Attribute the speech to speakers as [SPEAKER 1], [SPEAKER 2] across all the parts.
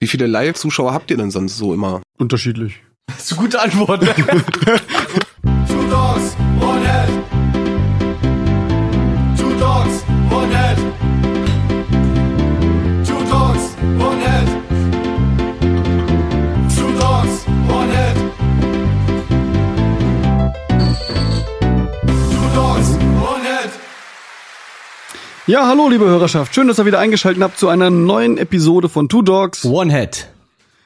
[SPEAKER 1] Wie viele Live-Zuschauer habt ihr denn sonst so immer?
[SPEAKER 2] Unterschiedlich.
[SPEAKER 3] Das ist eine gute Antwort. ne?
[SPEAKER 4] Two dogs, one head. Two dogs, one head. Two dogs, one head. Two dogs, one head. Two dogs, one head.
[SPEAKER 2] Ja, hallo, liebe Hörerschaft. Schön, dass ihr wieder eingeschaltet habt zu einer neuen Episode von Two Dogs
[SPEAKER 3] One Head.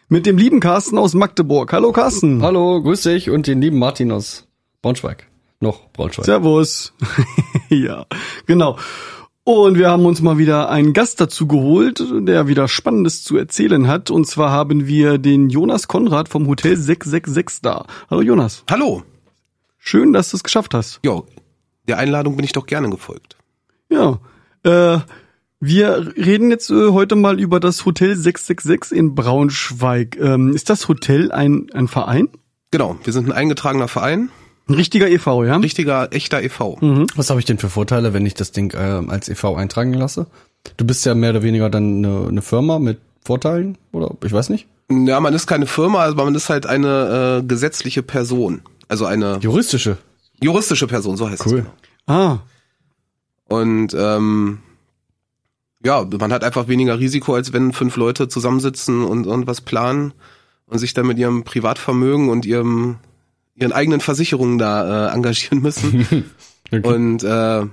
[SPEAKER 2] mit dem lieben Carsten aus Magdeburg. Hallo, Carsten.
[SPEAKER 5] Hallo, grüß dich und den lieben Martin aus Braunschweig. Noch Braunschweig.
[SPEAKER 2] Servus. ja, genau. Und wir haben uns mal wieder einen Gast dazu geholt, der wieder Spannendes zu erzählen hat. Und zwar haben wir den Jonas Konrad vom Hotel 666 da. Hallo Jonas.
[SPEAKER 1] Hallo.
[SPEAKER 2] Schön, dass du es geschafft hast.
[SPEAKER 1] Jo, der Einladung bin ich doch gerne gefolgt.
[SPEAKER 2] Ja. Äh, wir reden jetzt äh, heute mal über das Hotel 666 in Braunschweig. Ähm, ist das Hotel ein, ein Verein?
[SPEAKER 1] Genau, wir sind ein eingetragener Verein,
[SPEAKER 2] Ein richtiger e.V., ja?
[SPEAKER 1] richtiger, echter E e.V.
[SPEAKER 5] Was habe ich denn für Vorteile, wenn ich das Ding ähm, als EV eintragen lasse? Du bist ja mehr oder weniger dann eine, eine Firma mit Vorteilen oder ich weiß nicht.
[SPEAKER 1] Ja, man ist keine Firma, aber man ist halt eine äh, gesetzliche Person. Also eine
[SPEAKER 5] Juristische.
[SPEAKER 1] juristische Person, so heißt es.
[SPEAKER 5] Cool.
[SPEAKER 2] Ah,
[SPEAKER 1] Und ähm, ja, man hat einfach weniger Risiko, als wenn fünf Leute zusammensitzen und irgendwas planen und sich dann mit ihrem Privatvermögen und ihrem ihren eigenen Versicherungen da äh, engagieren müssen. Und äh,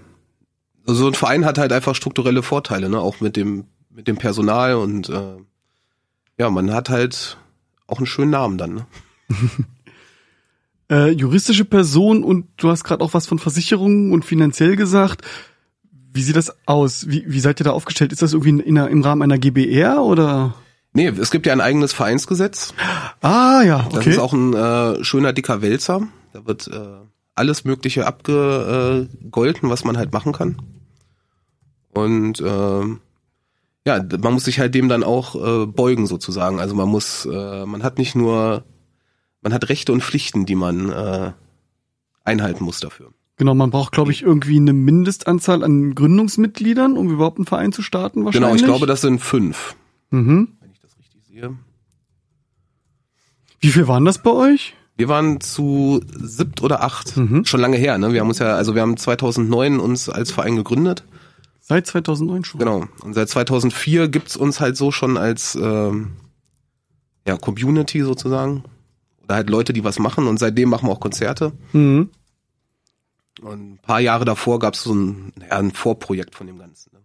[SPEAKER 1] so ein Verein hat halt einfach strukturelle Vorteile, ne? Auch mit dem mit dem Personal und äh, ja, man hat halt auch einen schönen Namen dann. Ne?
[SPEAKER 2] äh, juristische Person und du hast gerade auch was von Versicherungen und finanziell gesagt. Wie sieht das aus? Wie, wie seid ihr da aufgestellt? Ist das irgendwie in, in, einer- im Rahmen einer GBR oder?
[SPEAKER 1] Nee, es gibt ja ein eigenes Vereinsgesetz.
[SPEAKER 2] Ah ja,
[SPEAKER 1] Das
[SPEAKER 2] okay.
[SPEAKER 1] ist auch ein äh, schöner dicker Wälzer. Da wird äh, alles Mögliche abgegolten, was man halt machen kann. Und ähm, ja, d- man muss sich halt dem dann auch äh, beugen sozusagen. Also man muss, äh, man hat nicht nur, man hat Rechte und Pflichten, die man äh, einhalten muss dafür.
[SPEAKER 2] genau, man braucht, glaube ich, irgendwie eine Mindestanzahl an Gründungsmitgliedern, um überhaupt einen Verein zu starten wahrscheinlich.
[SPEAKER 1] Genau, ich glaube, das sind fünf,
[SPEAKER 2] Mhm.
[SPEAKER 1] wenn ich das richtig sehe.
[SPEAKER 2] Wie viel waren das bei euch?
[SPEAKER 1] Wir waren zu siebt oder acht,
[SPEAKER 2] Mhm.
[SPEAKER 1] schon lange her. Ne? Wir haben uns ja, also wir haben 2009 uns als Verein gegründet.
[SPEAKER 2] Seit 2009 schon.
[SPEAKER 1] Genau. Und seit 2004 gibt's uns halt so schon als ähm, ja, Community sozusagen. Oder halt Leute, die was machen. Und seitdem machen wir auch Konzerte.
[SPEAKER 2] Mhm.
[SPEAKER 1] Und ein paar Jahre davor gab's so ein, ja, ein Vorprojekt von dem Ganzen. Ne?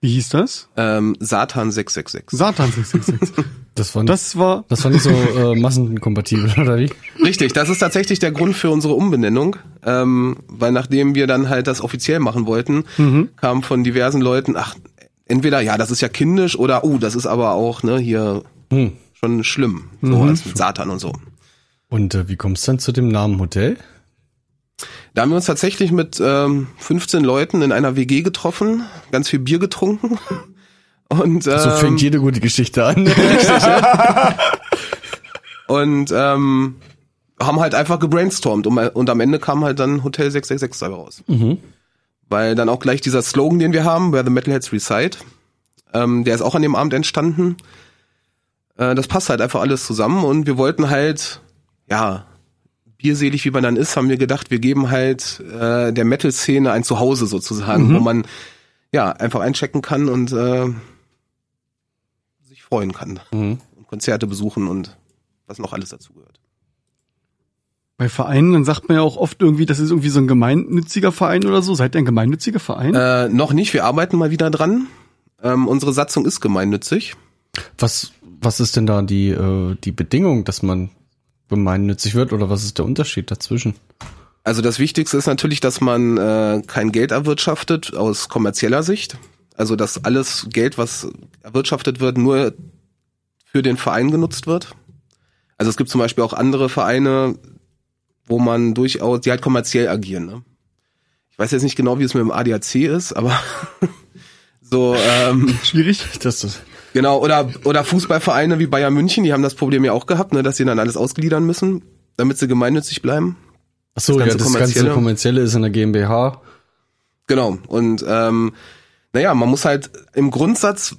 [SPEAKER 2] Wie hieß das?
[SPEAKER 1] Ähm, Satan 666.
[SPEAKER 2] Satan 666.
[SPEAKER 5] Das war das,
[SPEAKER 2] das war
[SPEAKER 5] das war nicht so äh, massenkompatibel oder wie?
[SPEAKER 1] Richtig, das ist tatsächlich der Grund für unsere Umbenennung, ähm, weil nachdem wir dann halt das offiziell machen wollten, kam von diversen Leuten, ach, entweder ja, das ist ja kindisch oder oh, das ist aber auch ne hier
[SPEAKER 5] Hm.
[SPEAKER 1] schon schlimm, so als mit Satan und so.
[SPEAKER 5] Und äh, wie kommst du dann zu dem Namen Hotel?
[SPEAKER 1] Da haben wir uns tatsächlich mit ähm, 15 Leuten in einer WG getroffen, ganz viel Bier getrunken und ähm,
[SPEAKER 5] So Also, fängt jede gute Geschichte an.
[SPEAKER 1] und ähm, haben halt einfach gebrainstormt und, und am Ende kam halt dann Hotel 666 dabei raus.
[SPEAKER 5] Mhm.
[SPEAKER 1] Weil dann auch gleich dieser Slogan, den wir haben, Where the Metalheads Reside, ähm, der ist auch an dem Abend entstanden. Äh, das passt halt einfach alles zusammen und wir wollten halt, ja, bierselig wie man dann ist, haben wir gedacht, wir geben halt äh, der Metal-Szene ein Zuhause sozusagen, wo man ja einfach einchecken kann und äh, sich freuen kann und Konzerte besuchen und was noch alles dazugehört.
[SPEAKER 2] bei Vereinen, dann sagt man ja auch oft irgendwie, das ist irgendwie so ein gemeinnütziger Verein oder so. Seid ihr ein gemeinnütziger Verein?
[SPEAKER 1] Äh, noch nicht, wir arbeiten mal wieder dran. Ähm, unsere Satzung ist gemeinnützig.
[SPEAKER 5] Was was ist denn da die äh, die Bedingung, dass man gemeinnützig wird oder was ist der Unterschied dazwischen?
[SPEAKER 1] Also das Wichtigste ist natürlich, dass man äh, kein Geld erwirtschaftet aus kommerzieller Sicht. Also dass alles Geld, was erwirtschaftet wird, nur für den Verein genutzt wird. Also es gibt zum Beispiel auch andere Vereine, wo man durchaus, die halt kommerziell agieren. Ne? Ich weiß jetzt nicht genau, wie es mit dem ADAC ist, aber so ähm,
[SPEAKER 2] Schwierig.
[SPEAKER 5] Das ist
[SPEAKER 1] Genau, oder, oder Fußballvereine wie Bayern München, die haben das Problem ja auch gehabt, ne, dass sie dann alles ausgliedern müssen, damit sie gemeinnützig bleiben.
[SPEAKER 5] Ach so,
[SPEAKER 1] Das
[SPEAKER 5] ja,
[SPEAKER 1] ganze
[SPEAKER 5] das
[SPEAKER 1] kommerzielle.
[SPEAKER 5] ganze kommerzielle ist in der GmbH.
[SPEAKER 1] Genau. Und ähm, naja, man muss halt im Grundsatz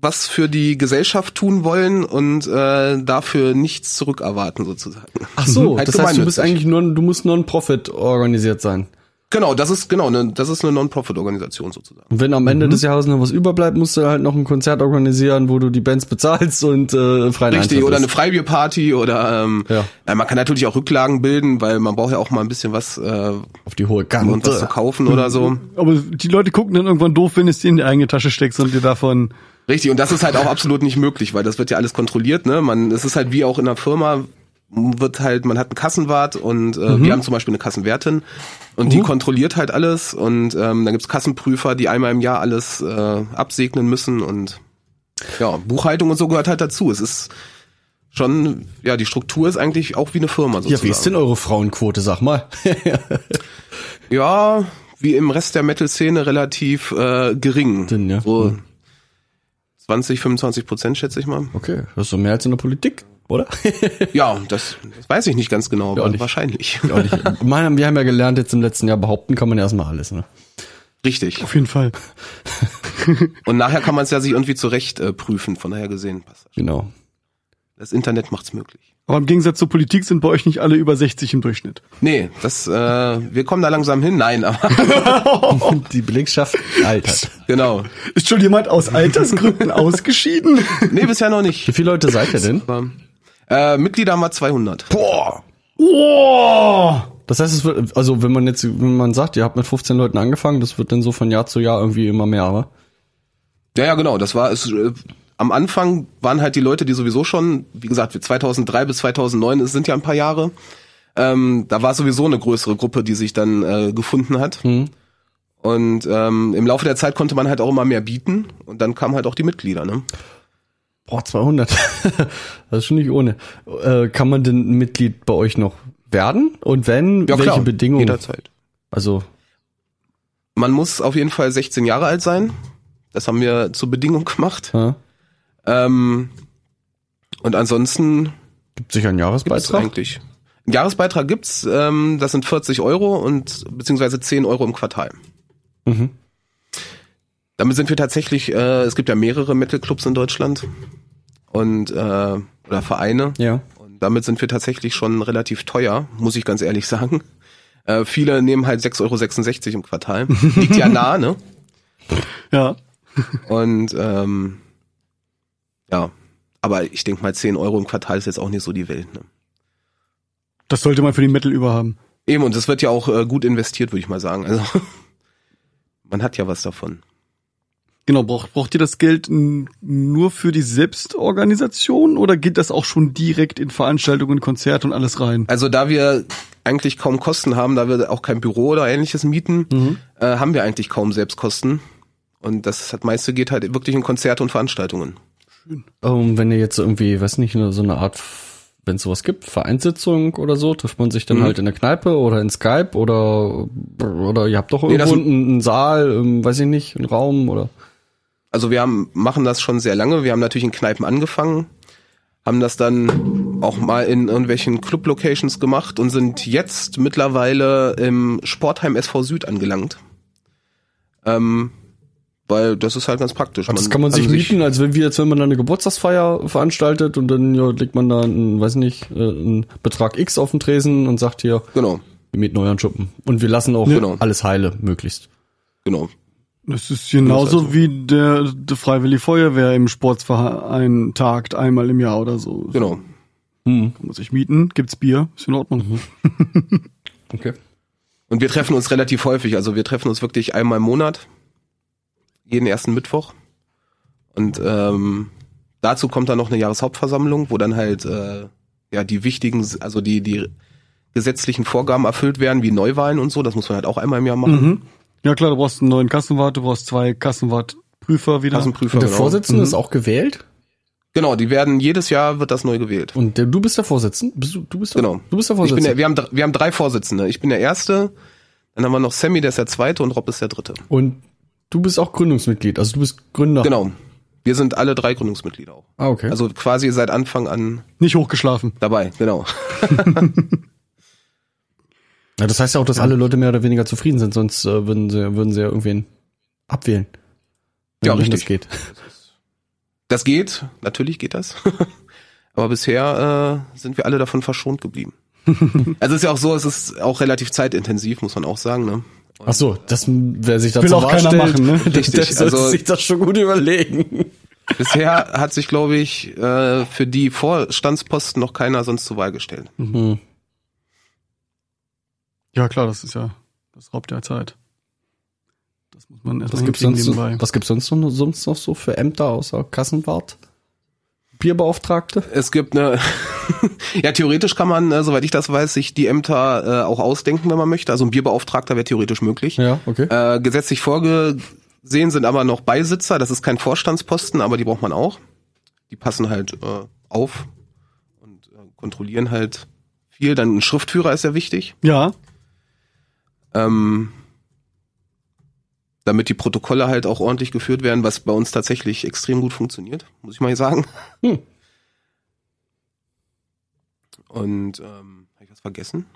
[SPEAKER 1] was für die Gesellschaft tun wollen und äh, dafür nichts zurückerwarten sozusagen.
[SPEAKER 5] Ach so,
[SPEAKER 1] Halt
[SPEAKER 5] Mhm. das heißt, du bist
[SPEAKER 1] gemeinnützig.
[SPEAKER 5] eigentlich nur, du musst Non-Profit organisiert sein.
[SPEAKER 1] Genau, das ist genau, ne, das ist eine Non-Profit-Organisation sozusagen.
[SPEAKER 5] Und wenn am Ende des Jahres noch was überbleibt, musst du halt noch ein Konzert organisieren, wo du die Bands bezahlst und äh, freien
[SPEAKER 1] Richtig,
[SPEAKER 5] Eintritt
[SPEAKER 1] oder
[SPEAKER 5] hast.
[SPEAKER 1] eine Freibierparty oder ähm,
[SPEAKER 5] Ja.
[SPEAKER 1] na, man kann natürlich auch Rücklagen bilden, weil man braucht ja auch mal ein bisschen was äh,
[SPEAKER 5] auf die hohe
[SPEAKER 1] und was zu
[SPEAKER 5] Kante.
[SPEAKER 1] kaufen oder so.
[SPEAKER 2] Aber die Leute gucken dann irgendwann doof, wenn du es dir in die eigene Tasche steckst und dir davon.
[SPEAKER 1] Richtig, und das ist halt auch absolut nicht möglich, weil das wird ja alles kontrolliert, ne? Man, es ist halt wie auch in einer Firma, wird halt, man hat einen Kassenwart und äh,
[SPEAKER 5] Mhm.
[SPEAKER 1] wir haben zum Beispiel eine Kassenwärtin und die kontrolliert halt alles und ähm, dann gibt's Kassenprüfer, die einmal im Jahr alles äh, absegnen müssen und ja, Buchhaltung und so gehört halt dazu. Es ist schon, ja, die Struktur ist eigentlich auch wie eine Firma sozusagen.
[SPEAKER 5] Ja, wie ist denn eure Frauenquote, sag mal?
[SPEAKER 1] Ja, wie im Rest der Metal-Szene relativ äh, gering.
[SPEAKER 5] Dünn, ja. Mhm.
[SPEAKER 1] So 20, 25 Prozent, schätze ich mal.
[SPEAKER 5] Okay, das ist doch mehr als in der Politik, oder?
[SPEAKER 1] Ja, das, das weiß ich nicht ganz genau,
[SPEAKER 5] Ja,
[SPEAKER 1] aber
[SPEAKER 5] nicht.
[SPEAKER 1] wahrscheinlich.
[SPEAKER 5] Auch nicht. Meine, wir haben ja gelernt, jetzt im letzten Jahr behaupten kann man ja erstmal alles. Ne?
[SPEAKER 1] Richtig.
[SPEAKER 2] Auf jeden Fall.
[SPEAKER 1] Und nachher kann man es ja sich irgendwie zurecht äh, prüfen, von daher gesehen. passt das.
[SPEAKER 5] Genau.
[SPEAKER 1] Das Internet macht's möglich.
[SPEAKER 2] Aber im Gegensatz zur Politik sind bei euch nicht alle über 60 im Durchschnitt.
[SPEAKER 1] Nee, das, äh, wir kommen da langsam hin. Nein, aber
[SPEAKER 5] die Belegschaft altert.
[SPEAKER 1] genau.
[SPEAKER 2] Ist schon jemand aus Altersgründen ausgeschieden?
[SPEAKER 1] Nee, bisher noch
[SPEAKER 5] Wie
[SPEAKER 1] nicht.
[SPEAKER 5] viele Leute seid ihr denn?
[SPEAKER 1] Aber, äh, Mitglieder haben wir 200.
[SPEAKER 5] Boah!
[SPEAKER 2] Oh!
[SPEAKER 5] Das heißt, es wird, also wenn man jetzt, wenn man sagt, ihr habt mit 15 Leuten angefangen, das wird dann so von Jahr zu Jahr irgendwie immer mehr, aber
[SPEAKER 1] Ja, ja, genau. Das war es. Äh, am Anfang waren halt die Leute, die sowieso schon, wie gesagt, wir 2003 bis 2009, es sind ja ein paar Jahre. Ähm, da war sowieso eine größere Gruppe, die sich dann äh, gefunden hat.
[SPEAKER 5] Hm?
[SPEAKER 1] Und ähm, im Laufe der Zeit konnte man halt auch immer mehr bieten. Und dann kamen halt auch die Mitglieder. Ne?
[SPEAKER 5] boah, 200. das ist schon nicht ohne. Äh, kann man denn Mitglied bei euch noch werden? Und wenn, welche Bedingungen?
[SPEAKER 1] Jederzeit.
[SPEAKER 5] Also,
[SPEAKER 1] Man muss auf jeden Fall 16 Jahre alt sein. Das haben wir zur Bedingung gemacht.
[SPEAKER 5] ja,
[SPEAKER 1] Ähm, und ansonsten
[SPEAKER 5] gibt sicher einen
[SPEAKER 1] gibt's
[SPEAKER 5] Jahresbeitrag.
[SPEAKER 1] eigentlich. Einen Jahresbeitrag gibt's, ähm, das sind 40 Euro und beziehungsweise 10 Euro im Quartal.
[SPEAKER 5] Mhm.
[SPEAKER 1] Damit sind wir tatsächlich, äh, es gibt ja mehrere Metal-Clubs in Deutschland und äh, oder Vereine.
[SPEAKER 5] Ja.
[SPEAKER 1] Und damit sind wir tatsächlich schon relativ teuer, muss ich ganz ehrlich sagen. Äh, viele nehmen halt 6,66 Euro im Quartal. Liegt ja nahe, ne?
[SPEAKER 2] Ja.
[SPEAKER 1] Und ähm, ja, aber ich denke mal, 10 Euro im Quartal ist jetzt auch nicht so die Welt, ne?
[SPEAKER 2] Das sollte man für den Metal überhaben.
[SPEAKER 1] Eben, und es wird ja auch äh, gut investiert, würde ich mal sagen. Also man hat ja was davon.
[SPEAKER 2] Genau, braucht, braucht ihr das Geld n- nur für die Selbstorganisation oder geht das auch schon direkt in Veranstaltungen, Konzerte und alles rein?
[SPEAKER 1] Also da wir eigentlich kaum Kosten haben, da wir auch kein Büro oder ähnliches mieten, äh, haben wir eigentlich kaum Selbstkosten. Und das hat meiste geht halt wirklich in Konzerte und Veranstaltungen.
[SPEAKER 5] Ähm, wenn ihr jetzt irgendwie, weiß nicht, ne, so eine Art, wenn es sowas gibt, Vereinssitzung oder so, trifft man sich dann halt in der Kneipe oder in Skype oder oder ihr habt doch
[SPEAKER 1] das-
[SPEAKER 5] irgendwo einen, einen Saal, ähm, weiß ich nicht, einen Raum oder
[SPEAKER 1] Also wir haben, machen das schon sehr lange. Wir haben natürlich in Kneipen angefangen, haben das dann auch mal in irgendwelchen Club-Locations gemacht und sind jetzt mittlerweile im Sportheim SV Süd angelangt. Ähm, weil das ist halt ganz praktisch.
[SPEAKER 5] das kann man sich mieten, als wenn wir jetzt, wenn man da eine Geburtstagsfeier veranstaltet und dann ja, legt man da einen, weiß nicht, äh, einen Betrag X auf den Tresen und sagt hier,
[SPEAKER 1] Genau,
[SPEAKER 5] wir mieten euren Schuppen. Und wir lassen auch
[SPEAKER 1] Genau.
[SPEAKER 5] alles heile, möglichst.
[SPEAKER 1] genau.
[SPEAKER 2] Das ist genauso wie der, der Freiwillige Feuerwehr im Sportsverein tagt, einmal im Jahr oder so.
[SPEAKER 1] Genau.
[SPEAKER 2] Kann man sich mieten, gibt's Bier, ist in Ordnung.
[SPEAKER 5] Okay.
[SPEAKER 1] Und wir treffen uns relativ häufig. Also wir treffen uns wirklich einmal im Monat, jeden ersten Mittwoch. Und ähm, dazu kommt dann noch eine Jahreshauptversammlung, wo dann halt äh, ja die wichtigen, also die die gesetzlichen Vorgaben erfüllt werden, wie Neuwahlen und so. Das muss man halt auch einmal im Jahr machen.
[SPEAKER 2] Mhm. Ja klar, du brauchst einen neuen Kassenwart, du brauchst zwei Kassenwartprüfer wieder.
[SPEAKER 1] Kassenprüfer,
[SPEAKER 5] Und der
[SPEAKER 1] genau.
[SPEAKER 5] Vorsitzende ist auch gewählt?
[SPEAKER 1] Genau, die werden jedes Jahr wird das neu gewählt.
[SPEAKER 5] Und der, du bist der Vorsitzende? Bist du, du bist der,
[SPEAKER 1] Genau.
[SPEAKER 5] Du bist der
[SPEAKER 1] Ich bin
[SPEAKER 5] Vorsitzende.
[SPEAKER 1] der, wir haben dr- wir haben drei Vorsitzende. Ich bin der erste. Dann haben wir noch Sammy, der ist der zweite und Rob ist der dritte.
[SPEAKER 5] Und du bist auch Gründungsmitglied, also du bist Gründer.
[SPEAKER 1] Genau. Wir sind alle drei Gründungsmitglieder auch.
[SPEAKER 5] Ah, okay.
[SPEAKER 1] Also quasi seit Anfang an
[SPEAKER 2] Nicht hochgeschlafen.
[SPEAKER 1] dabei, genau.
[SPEAKER 5] ja, das heißt ja auch, dass alle Leute mehr oder weniger zufrieden sind, sonst äh, würden, sie, würden sie ja irgendwen abwählen.
[SPEAKER 1] Ja,
[SPEAKER 5] Wenn
[SPEAKER 1] richtig.
[SPEAKER 5] Das geht.
[SPEAKER 1] Das geht, natürlich geht das. Aber bisher äh, sind wir alle davon verschont geblieben. also es ist ja auch so, es ist auch relativ zeitintensiv, muss man auch sagen. Ne?
[SPEAKER 5] Ach so, das, wer sich
[SPEAKER 2] Will
[SPEAKER 5] dazu
[SPEAKER 2] auch keiner machen, ne?
[SPEAKER 5] der, der
[SPEAKER 1] Richtig,
[SPEAKER 5] sollte
[SPEAKER 1] also-
[SPEAKER 5] sich das schon gut überlegen.
[SPEAKER 1] Bisher hat sich, glaube ich, äh, für die Vorstandsposten noch keiner sonst zur Wahl gestellt.
[SPEAKER 5] Mhm.
[SPEAKER 2] Ja, klar, das ist ja, das raubt ja Zeit. Das muss man erstmal
[SPEAKER 5] Was gibt's
[SPEAKER 2] hinkriegen
[SPEAKER 5] sonst, so- was gibt's sonst, noch, sonst noch so für Ämter außer Kassenwart? Bierbeauftragte?
[SPEAKER 1] Es gibt eine, ja theoretisch kann man, äh, soweit ich das weiß, sich die Ämter äh, auch ausdenken, wenn man möchte. Also ein Bierbeauftragter wäre theoretisch möglich.
[SPEAKER 5] Ja, okay.
[SPEAKER 1] Äh, gesetzlich vorgesehen sind aber noch Beisitzer. Das ist kein Vorstandsposten, aber die braucht man auch. Die passen halt äh, auf und äh, kontrollieren halt viel. Dann ein Schriftführer ist ja wichtig,
[SPEAKER 2] Ja,
[SPEAKER 1] ähm, damit die Protokolle halt auch ordentlich geführt werden, was bei uns tatsächlich extrem gut funktioniert, muss ich mal sagen.
[SPEAKER 5] Hm.
[SPEAKER 1] Und ähm, habe ich was vergessen?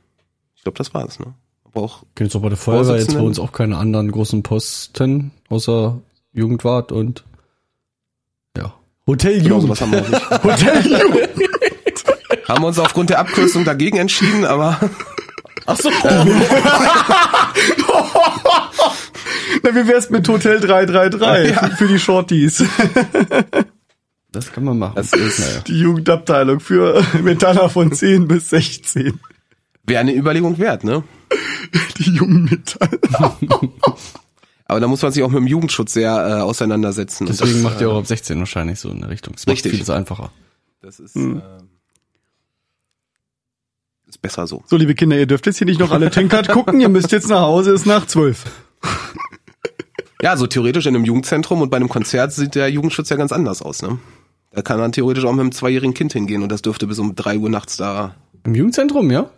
[SPEAKER 1] Ich glaube, das war's. Ne? Aber auch
[SPEAKER 5] Gibt's auch bei der Feuerwehr jetzt bei
[SPEAKER 1] Vorsitzenden?
[SPEAKER 5] uns auch keine anderen großen Posten, außer Jugendwart und ja. Hotel
[SPEAKER 1] genau
[SPEAKER 5] Jugend.
[SPEAKER 1] sowas haben wir auch nicht. Haben wir uns aufgrund der Abkürzung dagegen entschieden, aber
[SPEAKER 5] Ach so.
[SPEAKER 2] Na, wie wär's mit Hotel 333 für- für die Shorties?
[SPEAKER 5] Das kann man machen.
[SPEAKER 1] das ist,
[SPEAKER 2] Die Jugendabteilung für Metaller von 10 bis 16.
[SPEAKER 1] wäre eine Überlegung wert, ne?
[SPEAKER 2] Die jungen Metaller.
[SPEAKER 1] Aber da muss man sich auch mit dem Jugendschutz sehr äh, auseinandersetzen. Und
[SPEAKER 5] Deswegen macht ihr auch ab 16 wahrscheinlich so in der Richtung. Das
[SPEAKER 1] Richtig.
[SPEAKER 5] macht vieles einfacher.
[SPEAKER 1] Das ist, äh, ist besser so.
[SPEAKER 2] So, liebe Kinder, ihr dürft jetzt hier nicht noch alle Tankard gucken. Ihr müsst jetzt nach Hause, ist nach 12.
[SPEAKER 1] Ja, so theoretisch in einem Jugendzentrum und bei einem Konzert sieht der Jugendschutz ja ganz anders aus, ne? Da kann man theoretisch auch mit einem zweijährigen Kind hingehen und das dürfte bis um drei Uhr nachts da.
[SPEAKER 5] Im Jugendzentrum, ja?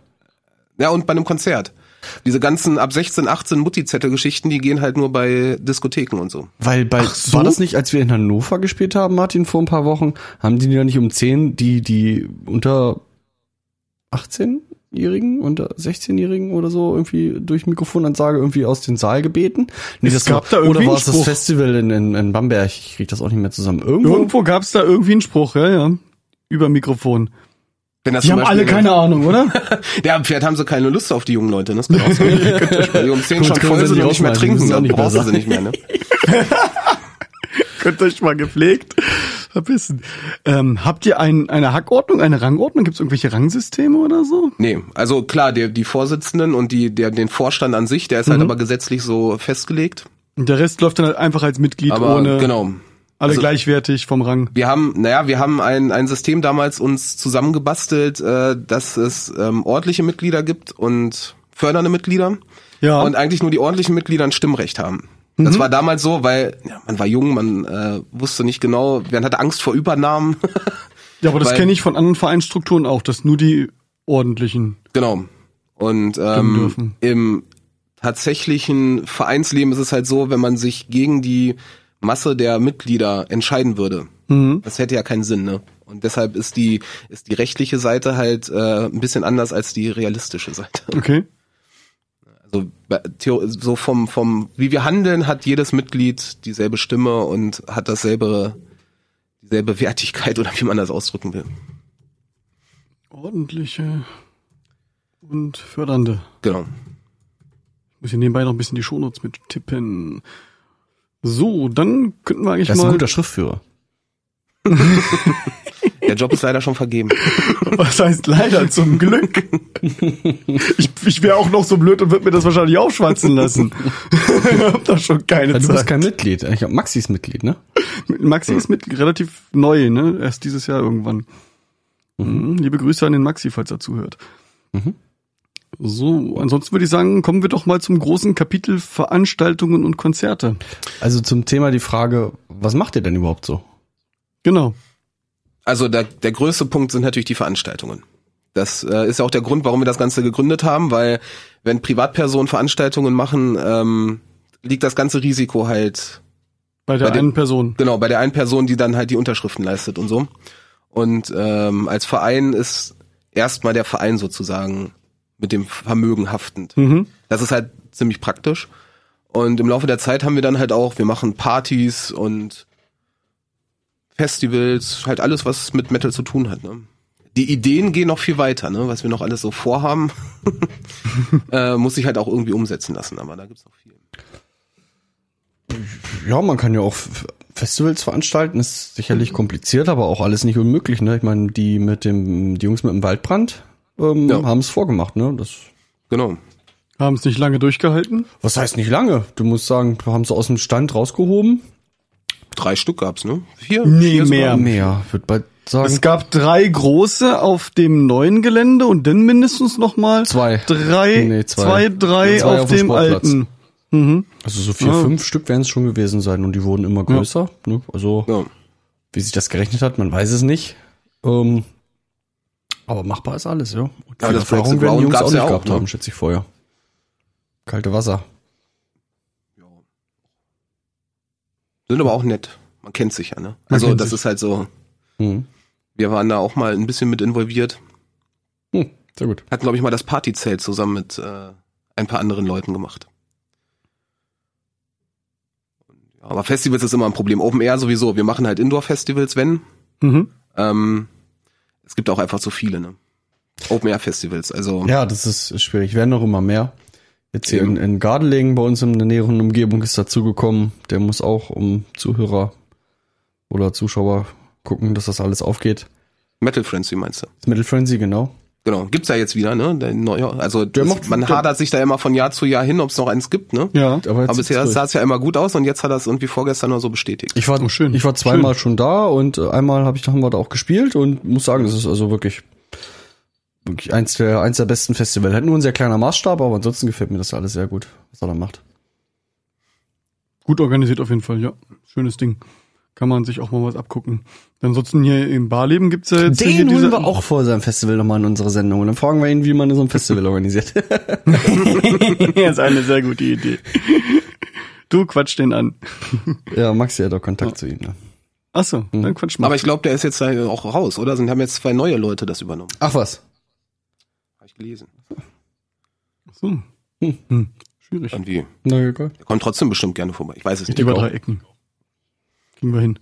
[SPEAKER 1] Ja, und bei einem Konzert. Diese ganzen ab 16, 18 Mutti-Zettel-Geschichten, die gehen halt nur bei Diskotheken und so.
[SPEAKER 5] Weil bei war das nicht, als wir in Hannover gespielt haben, Martin, vor ein paar Wochen, haben die ja nicht um 10 die, die unter 18-Jährigen, unter 16-Jährigen oder so irgendwie durch Mikrofonansage irgendwie aus dem Saal gebeten? Nee,
[SPEAKER 2] Es gab da irgendwie
[SPEAKER 5] oder war
[SPEAKER 2] einen
[SPEAKER 5] es das
[SPEAKER 2] Spruch.
[SPEAKER 5] Festival in, in, in Bamberg? Ich krieg das auch nicht mehr zusammen. Irgendwo,
[SPEAKER 2] Irgendwo gab's da irgendwie einen Spruch, ja, ja. Über Mikrofon.
[SPEAKER 1] Wenn das
[SPEAKER 2] Die
[SPEAKER 1] zum
[SPEAKER 2] haben alle
[SPEAKER 1] Beispiel-
[SPEAKER 2] keine Ahnung, oder?
[SPEAKER 1] Ja, vielleicht haben sie keine Lust auf die jungen Leute, ne? das kann auch sein. Weil die um 10 schon
[SPEAKER 5] Gut, können
[SPEAKER 1] voll
[SPEAKER 5] sie
[SPEAKER 1] sind und
[SPEAKER 5] nicht
[SPEAKER 1] nicht mehr
[SPEAKER 5] rausschmeißen,
[SPEAKER 1] trinken,
[SPEAKER 5] müssen auch
[SPEAKER 1] dann
[SPEAKER 5] nicht mehr
[SPEAKER 1] brauchst du sie
[SPEAKER 5] sein.
[SPEAKER 1] nicht mehr, ne?
[SPEAKER 2] Könnt euch mal gepflegt verbissen. Ähm, habt ihr ein, eine Hackordnung, eine Rangordnung? Gibt's irgendwelche Rangsysteme oder so?
[SPEAKER 1] Nee, also klar, der, die Vorsitzenden und die, der, den Vorstand an sich, der ist
[SPEAKER 5] Mhm.
[SPEAKER 1] halt aber gesetzlich so festgelegt.
[SPEAKER 2] Und der Rest läuft dann halt einfach als Mitglied
[SPEAKER 1] Aber
[SPEAKER 2] ohne
[SPEAKER 1] genau.
[SPEAKER 2] alle
[SPEAKER 1] also-
[SPEAKER 2] gleichwertig vom Rang.
[SPEAKER 1] Wir haben, naja, wir haben ein, ein System damals uns zusammengebastelt, äh, dass es ähm, ordentliche Mitglieder gibt und fördernde Mitglieder.
[SPEAKER 2] Ja.
[SPEAKER 1] Und eigentlich nur die ordentlichen Mitglieder ein Stimmrecht haben.
[SPEAKER 5] Mhm.
[SPEAKER 1] Das war damals so, weil ja, man war jung, man äh, wusste nicht genau, man hatte Angst vor Übernahmen.
[SPEAKER 2] Ja, aber das
[SPEAKER 1] Weil-
[SPEAKER 2] kenne ich von anderen Vereinsstrukturen auch, dass nur die ordentlichen.
[SPEAKER 1] Genau. Und ähm,
[SPEAKER 2] dürfen.
[SPEAKER 1] im tatsächlichen Vereinsleben ist es halt so, wenn man sich gegen die Masse der Mitglieder entscheiden würde, das hätte ja keinen Sinn, ne? Und deshalb ist die ist die rechtliche Seite halt äh, ein bisschen anders als die realistische Seite.
[SPEAKER 2] Okay.
[SPEAKER 1] Also bei- theo- so vom vom wie wir handeln hat jedes Mitglied dieselbe Stimme und hat dasselbe dieselbe Wertigkeit oder wie man das ausdrücken will.
[SPEAKER 2] Ordentliche und fördernde.
[SPEAKER 1] Genau.
[SPEAKER 2] Ich muss hier nebenbei noch ein bisschen die Shownotes mit tippen. So, dann könnten wir eigentlich
[SPEAKER 5] das ist ein
[SPEAKER 2] mal.
[SPEAKER 5] guter Schriftführer.
[SPEAKER 1] Der Job ist leider schon vergeben.
[SPEAKER 2] Was heißt leider zum Glück? Ich, ich wäre auch noch so blöd und würde mir das wahrscheinlich aufschwatzen lassen. ich hab da schon keine
[SPEAKER 5] Du bist
[SPEAKER 2] Zeit.
[SPEAKER 5] kein Mitglied. Ich glaube, Maxi ist Mitglied, ne?
[SPEAKER 2] Maxi ist mit relativ neu, ne? Erst dieses Jahr irgendwann. Mhm. Liebe Grüße an den Maxi, falls er zuhört.
[SPEAKER 5] Mhm.
[SPEAKER 2] So, ansonsten würde ich sagen, kommen wir doch mal zum großen Kapitel Veranstaltungen und Konzerte.
[SPEAKER 5] Also zum Thema die Frage, was macht ihr denn überhaupt so?
[SPEAKER 2] Genau.
[SPEAKER 1] Also der, der größte Punkt sind natürlich die Veranstaltungen. Das äh, ist ja auch der Grund, warum wir das Ganze gegründet haben, weil wenn Privatpersonen Veranstaltungen machen, ähm, liegt das ganze Risiko halt
[SPEAKER 2] Bei der
[SPEAKER 1] Bei dem-
[SPEAKER 2] einen Person.
[SPEAKER 1] genau bei der einen Person, die dann halt die Unterschriften leistet und so. Und ähm, als Verein ist erstmal der Verein sozusagen mit dem Vermögen haftend.
[SPEAKER 2] Mhm.
[SPEAKER 1] Das ist halt ziemlich praktisch. Und im Laufe der Zeit haben wir dann halt auch, wir machen Partys und Festivals, halt alles, was mit Metal zu tun hat. Ne? Die Ideen gehen noch viel weiter, ne? was wir noch alles so vorhaben, äh, muss sich halt auch irgendwie umsetzen lassen, aber da gibt's noch viel.
[SPEAKER 5] Ja, man kann ja auch F- Festivals veranstalten, ist sicherlich
[SPEAKER 1] Mhm.
[SPEAKER 5] kompliziert, aber auch alles nicht unmöglich. Ne? Ich meine, die mit dem, die Jungs mit dem Waldbrand ähm,
[SPEAKER 1] Ja.
[SPEAKER 5] haben es vorgemacht. Ne? Das,
[SPEAKER 1] Genau.
[SPEAKER 2] Haben es nicht lange durchgehalten?
[SPEAKER 5] was heißt nicht lange? Du musst sagen, haben sie aus dem Stand rausgehoben. Also
[SPEAKER 1] Drei Stück gab's, ne? Vier?
[SPEAKER 2] Nee,
[SPEAKER 1] vier sogar.
[SPEAKER 2] mehr.
[SPEAKER 5] Mehr, würde bald sagen.
[SPEAKER 2] Es gab drei große auf dem neuen Gelände und dann mindestens nochmal
[SPEAKER 5] Zwei.
[SPEAKER 2] drei,
[SPEAKER 5] Nee, zwei.
[SPEAKER 2] zwei, drei
[SPEAKER 5] Zwei
[SPEAKER 2] auf,
[SPEAKER 5] auf dem
[SPEAKER 2] dem
[SPEAKER 5] Sportplatz.
[SPEAKER 2] alten. Mhm.
[SPEAKER 5] Also so vier, fünf Stück werden es schon gewesen sein und die wurden immer größer. Ne? Also
[SPEAKER 1] Ja.
[SPEAKER 5] wie sich das gerechnet hat, man weiß es nicht. Ähm, aber machbar ist alles, ja. Und
[SPEAKER 1] Ja,
[SPEAKER 5] viel
[SPEAKER 1] das
[SPEAKER 5] Erfahrung
[SPEAKER 1] Break the
[SPEAKER 5] werden
[SPEAKER 1] Ground gab's ja auch,
[SPEAKER 5] gehabt
[SPEAKER 1] ne?
[SPEAKER 5] haben, schätze ich vorher. Kalte Wasser.
[SPEAKER 1] Sind aber auch nett. Man kennt sich ja, ne? Also
[SPEAKER 2] kennt
[SPEAKER 1] das
[SPEAKER 2] sich.
[SPEAKER 1] ist halt so,
[SPEAKER 5] Hm.
[SPEAKER 1] wir waren da auch mal ein bisschen mit involviert.
[SPEAKER 5] Hm, sehr gut.
[SPEAKER 1] Hatten, glaube ich, mal das Partyzelt zusammen mit äh, ein paar anderen Leuten gemacht. Ja, Aber Festivals ist immer ein Problem. Open Air sowieso. Wir machen halt Indoor-Festivals, wenn.
[SPEAKER 2] Mhm.
[SPEAKER 1] Ähm, es gibt auch einfach zu viele, ne? Open Air Festivals, also
[SPEAKER 5] Ja, das ist schwierig. Werden noch immer mehr. Jetzt hier in,
[SPEAKER 1] Eben.
[SPEAKER 5] in Gardelegen bei uns in der näheren Umgebung ist dazugekommen. Der muss auch um Zuhörer oder Zuschauer gucken, dass das alles aufgeht.
[SPEAKER 1] Metal Friends, wie meinst du?
[SPEAKER 5] Das Metal Frenzy, genau.
[SPEAKER 1] Genau, gibt's ja jetzt wieder, ne? Der neue, also das,
[SPEAKER 5] macht-
[SPEAKER 1] man
[SPEAKER 5] der-
[SPEAKER 1] hadert sich da immer von Jahr zu Jahr hin, ob es noch eins gibt, ne?
[SPEAKER 2] Ja.
[SPEAKER 1] Aber
[SPEAKER 5] jetzt
[SPEAKER 1] bisher
[SPEAKER 5] ist durch.
[SPEAKER 1] sah es ja immer gut aus und jetzt hat er es irgendwie vorgestern nur so bestätigt.
[SPEAKER 5] Ich war,
[SPEAKER 2] Oh, schön.
[SPEAKER 5] ich war zweimal schon da und äh, einmal habe ich haben wir da auch gespielt und muss sagen, das ist also wirklich, wirklich eins der eins der besten Festivals. Hat nur ein sehr kleiner Maßstab, aber ansonsten gefällt mir das alles sehr gut, was er da macht.
[SPEAKER 2] Gut organisiert auf jeden Fall, ja. Schönes Ding. Kann man sich auch mal was abgucken. Ansonsten hier im Barleben gibt's ja jetzt hier
[SPEAKER 5] Den
[SPEAKER 2] diese,
[SPEAKER 5] holen wir auch vor seinem Festival nochmal in unsere Sendung und dann fragen wir ihn, wie man so ein Festival organisiert.
[SPEAKER 2] Ja, ist eine sehr gute Idee. Du quatsch den an.
[SPEAKER 5] ja, Maxi hat doch Kontakt zu ihm. Ne?
[SPEAKER 2] Achso,
[SPEAKER 5] Hm.
[SPEAKER 2] dann quatsch mal.
[SPEAKER 1] Aber ich glaube, der ist jetzt da auch raus, oder? Sind haben jetzt zwei neue Leute das übernommen.
[SPEAKER 5] Ach was.
[SPEAKER 1] Habe ich gelesen.
[SPEAKER 2] so. hm. Hm. Schwierig.
[SPEAKER 1] Irgendwie.
[SPEAKER 5] Na, egal.
[SPEAKER 1] Der kommt trotzdem bestimmt gerne vorbei. Ich weiß es nicht.
[SPEAKER 2] Über drei Ecken. Kriegen wir hin.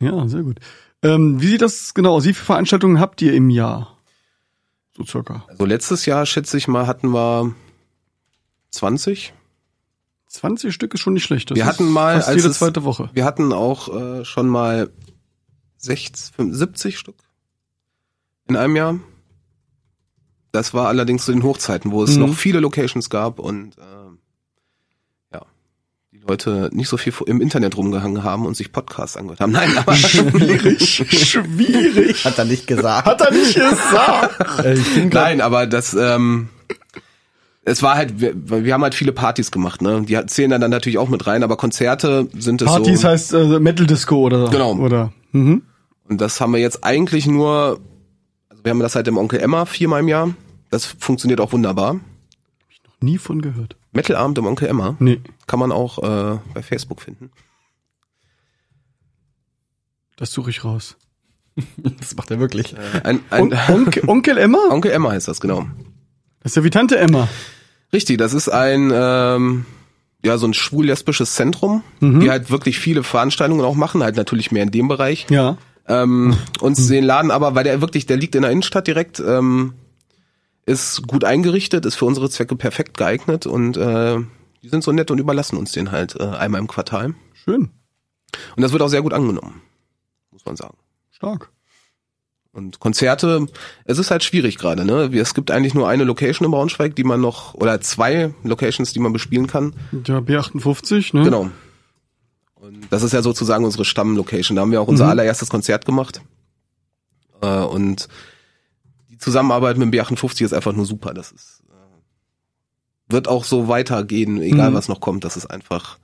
[SPEAKER 2] Ja, sehr gut. Ähm, wie sieht das genau aus? Wie viele Veranstaltungen habt ihr im Jahr? So circa.
[SPEAKER 1] Also letztes Jahr, schätze ich mal, hatten wir 20.
[SPEAKER 2] 20 Stück ist schon nicht schlecht. Das
[SPEAKER 1] Wir
[SPEAKER 2] ist
[SPEAKER 1] hatten mal,
[SPEAKER 2] fast
[SPEAKER 1] als
[SPEAKER 2] jede
[SPEAKER 1] es-
[SPEAKER 2] zweite Woche.
[SPEAKER 1] Wir hatten auch äh, schon mal 60, 75 Stück in einem Jahr. Das war allerdings zu den Hochzeiten, wo es
[SPEAKER 2] Mhm.
[SPEAKER 1] noch viele Locations gab und ähm, ja, die Leute nicht so viel fu- im Internet rumgehangen haben und sich Podcasts angehört haben. Nein, aber
[SPEAKER 2] Schwierig, schwierig.
[SPEAKER 5] Hat er nicht gesagt.
[SPEAKER 2] Hat er nicht gesagt.
[SPEAKER 5] Äh, ich bin grad,
[SPEAKER 1] Nein, aber das, ähm, es war halt, wir, wir haben halt viele Partys gemacht, ne? Die zählen dann, dann natürlich auch mit rein, aber Konzerte sind es
[SPEAKER 2] Partys
[SPEAKER 1] so.
[SPEAKER 2] heißt äh, Metal Disco oder
[SPEAKER 1] Genau.
[SPEAKER 2] Oder, mhm.
[SPEAKER 1] Und das haben wir jetzt eigentlich nur, also wir haben das halt im Onkel Emma viermal im Jahr. Das funktioniert auch wunderbar.
[SPEAKER 2] Nie von gehört.
[SPEAKER 1] Metalabend im Onkel Emma.
[SPEAKER 2] Nee,
[SPEAKER 1] Kann man auch äh, bei Facebook finden.
[SPEAKER 2] das suche ich raus.
[SPEAKER 5] das macht er wirklich.
[SPEAKER 1] Äh, Ein,
[SPEAKER 2] On
[SPEAKER 1] ein,
[SPEAKER 2] Onkel, Onkel Emma?
[SPEAKER 1] Onkel Emma heißt das, genau.
[SPEAKER 2] Das ist ja wie Tante Emma.
[SPEAKER 1] Richtig, das ist ein, ähm, ja, so ein schwul-lesbisches Zentrum, die halt wirklich viele Veranstaltungen auch machen, halt natürlich mehr in dem Bereich.
[SPEAKER 2] Ja.
[SPEAKER 1] Ähm, uns den Laden aber, weil der wirklich, der liegt in der Innenstadt direkt, ähm, ist gut eingerichtet, ist für unsere Zwecke perfekt geeignet und äh, die sind so nett und überlassen uns den halt äh, einmal im Quartal.
[SPEAKER 2] Schön.
[SPEAKER 1] Und das wird auch sehr gut angenommen, muss man sagen.
[SPEAKER 2] Stark.
[SPEAKER 1] Und Konzerte, es ist halt schwierig gerade, ne? Wir- Es gibt eigentlich nur eine Location in Braunschweig, die man noch, oder zwei Locations, die man bespielen kann.
[SPEAKER 2] Ja, B58, ne?
[SPEAKER 1] Genau. Und das ist ja sozusagen unsere Stammlocation. Da haben wir auch
[SPEAKER 2] Mhm.
[SPEAKER 1] unser allererstes Konzert gemacht. Äh, und die Zusammenarbeit mit dem B58 ist einfach nur super. Das ist, äh, wird auch so weitergehen, egal
[SPEAKER 2] Mhm.
[SPEAKER 1] was noch kommt. Das ist einfach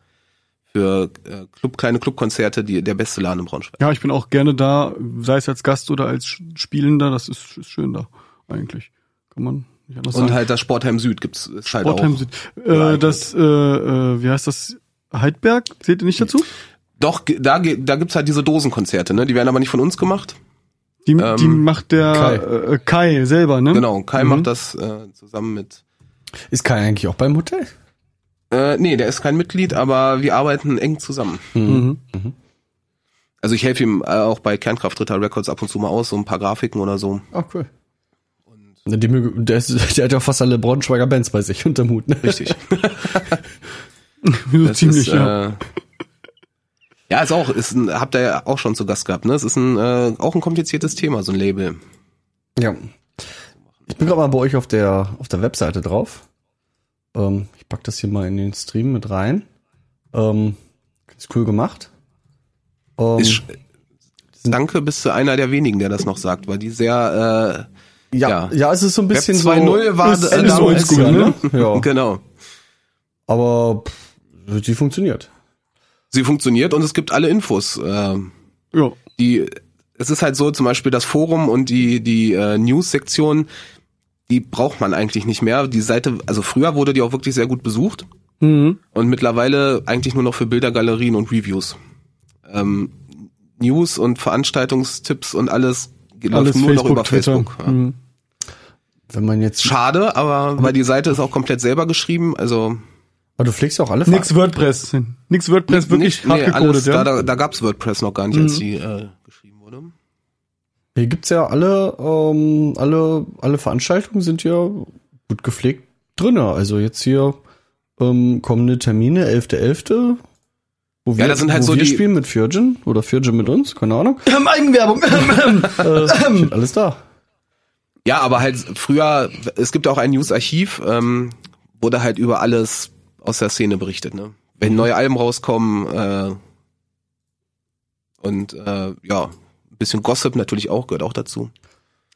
[SPEAKER 1] für äh, Club, kleine Clubkonzerte die, der beste Laden in Braunschweig.
[SPEAKER 2] Ja, ich bin auch gerne da, sei es als Gast oder als Sch- Spielender, das ist, ist schön da, eigentlich. Kann man nicht anders
[SPEAKER 1] Und
[SPEAKER 2] sagen.
[SPEAKER 1] halt das Sportheim Süd gibt's ist halt
[SPEAKER 2] Sportheim
[SPEAKER 1] auch.
[SPEAKER 2] Süd. Äh, das, äh, äh, wie heißt das? Heidberg? Seht ihr nicht dazu?
[SPEAKER 1] Doch, ge- da, ge- da gibt's halt diese Dosenkonzerte, ne? Die werden aber nicht von uns gemacht.
[SPEAKER 2] Die,
[SPEAKER 1] Ähm,
[SPEAKER 2] die macht der
[SPEAKER 5] Kai.
[SPEAKER 2] Kai, äh, Kai selber, ne?
[SPEAKER 1] Genau, Kai
[SPEAKER 2] Mhm.
[SPEAKER 1] macht das äh, zusammen mit
[SPEAKER 5] Ist Kai eigentlich auch beim Hotel?
[SPEAKER 1] Äh, nee, der ist kein Mitglied, aber wir arbeiten eng zusammen.
[SPEAKER 2] Mhm.
[SPEAKER 1] Also ich helfe ihm äh, auch bei Kernkraftritter Records ab und zu mal aus, so ein paar Grafiken oder so.
[SPEAKER 5] Ah, cool. Die mögen- Der, ist, der hat ja fast alle Braunschweiger Bands bei sich unterm Hut. Ne?
[SPEAKER 1] Richtig.
[SPEAKER 2] So
[SPEAKER 1] Mhm. Das
[SPEAKER 2] ziemlich,
[SPEAKER 1] ist,
[SPEAKER 2] ja.
[SPEAKER 1] Äh, ja, ist auch, ist ein, habt ihr ja auch schon zu Gast gehabt, ne? Es ist ein, äh, auch ein kompliziertes Thema, so ein Label.
[SPEAKER 5] Ja. Ich bin gerade mal bei euch auf der, auf der Webseite drauf. Ähm, ich pack das hier mal in den Stream mit rein. Ähm, ganz cool gemacht. Ähm,
[SPEAKER 1] Ist, sch- danke, bist du einer der wenigen, der das noch sagt, weil die sehr,
[SPEAKER 5] ja,
[SPEAKER 1] ja.
[SPEAKER 5] ja, es ist so ein bisschen
[SPEAKER 1] Web
[SPEAKER 5] so.
[SPEAKER 1] 2.0 war
[SPEAKER 5] ist,
[SPEAKER 1] d-
[SPEAKER 5] ist
[SPEAKER 1] damals
[SPEAKER 5] oldschool,
[SPEAKER 1] ja,
[SPEAKER 5] ne?
[SPEAKER 1] äh,
[SPEAKER 5] Ja.
[SPEAKER 1] genau.
[SPEAKER 5] Aber pff, die funktioniert.
[SPEAKER 1] Sie funktioniert und es gibt alle Infos. Äh,
[SPEAKER 2] ja.
[SPEAKER 1] die, es ist halt so, zum Beispiel das Forum und die, die äh, News-Sektion, die braucht man eigentlich nicht mehr. Die Seite, also früher wurde die auch wirklich sehr gut besucht.
[SPEAKER 2] Mhm.
[SPEAKER 1] Und mittlerweile eigentlich nur noch für Bildergalerien und Reviews. Ähm, News und Veranstaltungstipps und alles geht
[SPEAKER 2] Alles
[SPEAKER 1] läuft nur noch über
[SPEAKER 2] Facebook, Twitter.
[SPEAKER 1] Facebook. Ja.
[SPEAKER 2] Mhm.
[SPEAKER 5] Wenn man jetzt.
[SPEAKER 1] Schade, aber weil die Seite ist auch komplett selber geschrieben, also
[SPEAKER 5] Aber du pflegst ja auch alle
[SPEAKER 2] Nix WordPress. Nix WordPress, wirklich
[SPEAKER 1] nicht-
[SPEAKER 2] hart gecodet,
[SPEAKER 1] alles,
[SPEAKER 2] ja. Mhm.
[SPEAKER 1] da, da, da gab's WordPress noch gar nicht, als die äh, geschrieben wurde.
[SPEAKER 5] Hier gibt's ja alle, ähm, alle, alle Veranstaltungen sind ja gut gepflegt drinne. Also jetzt hier ähm, kommende Termine, 11.11., wo wir,
[SPEAKER 1] das sind halt
[SPEAKER 5] wo
[SPEAKER 1] so
[SPEAKER 5] wir
[SPEAKER 1] die-
[SPEAKER 5] spielen mit Fürgen oder Fürgen mit uns, keine Ahnung.
[SPEAKER 2] Ähm, Eigenwerbung.
[SPEAKER 5] Äh, steht alles da.
[SPEAKER 1] Ja, aber halt früher, es gibt auch ein News-Archiv, ähm, wurde halt über alles aus der Szene berichtet, ne? Wenn neue Alben rauskommen, äh, und äh, ja, ein bisschen Gossip natürlich auch, gehört auch dazu.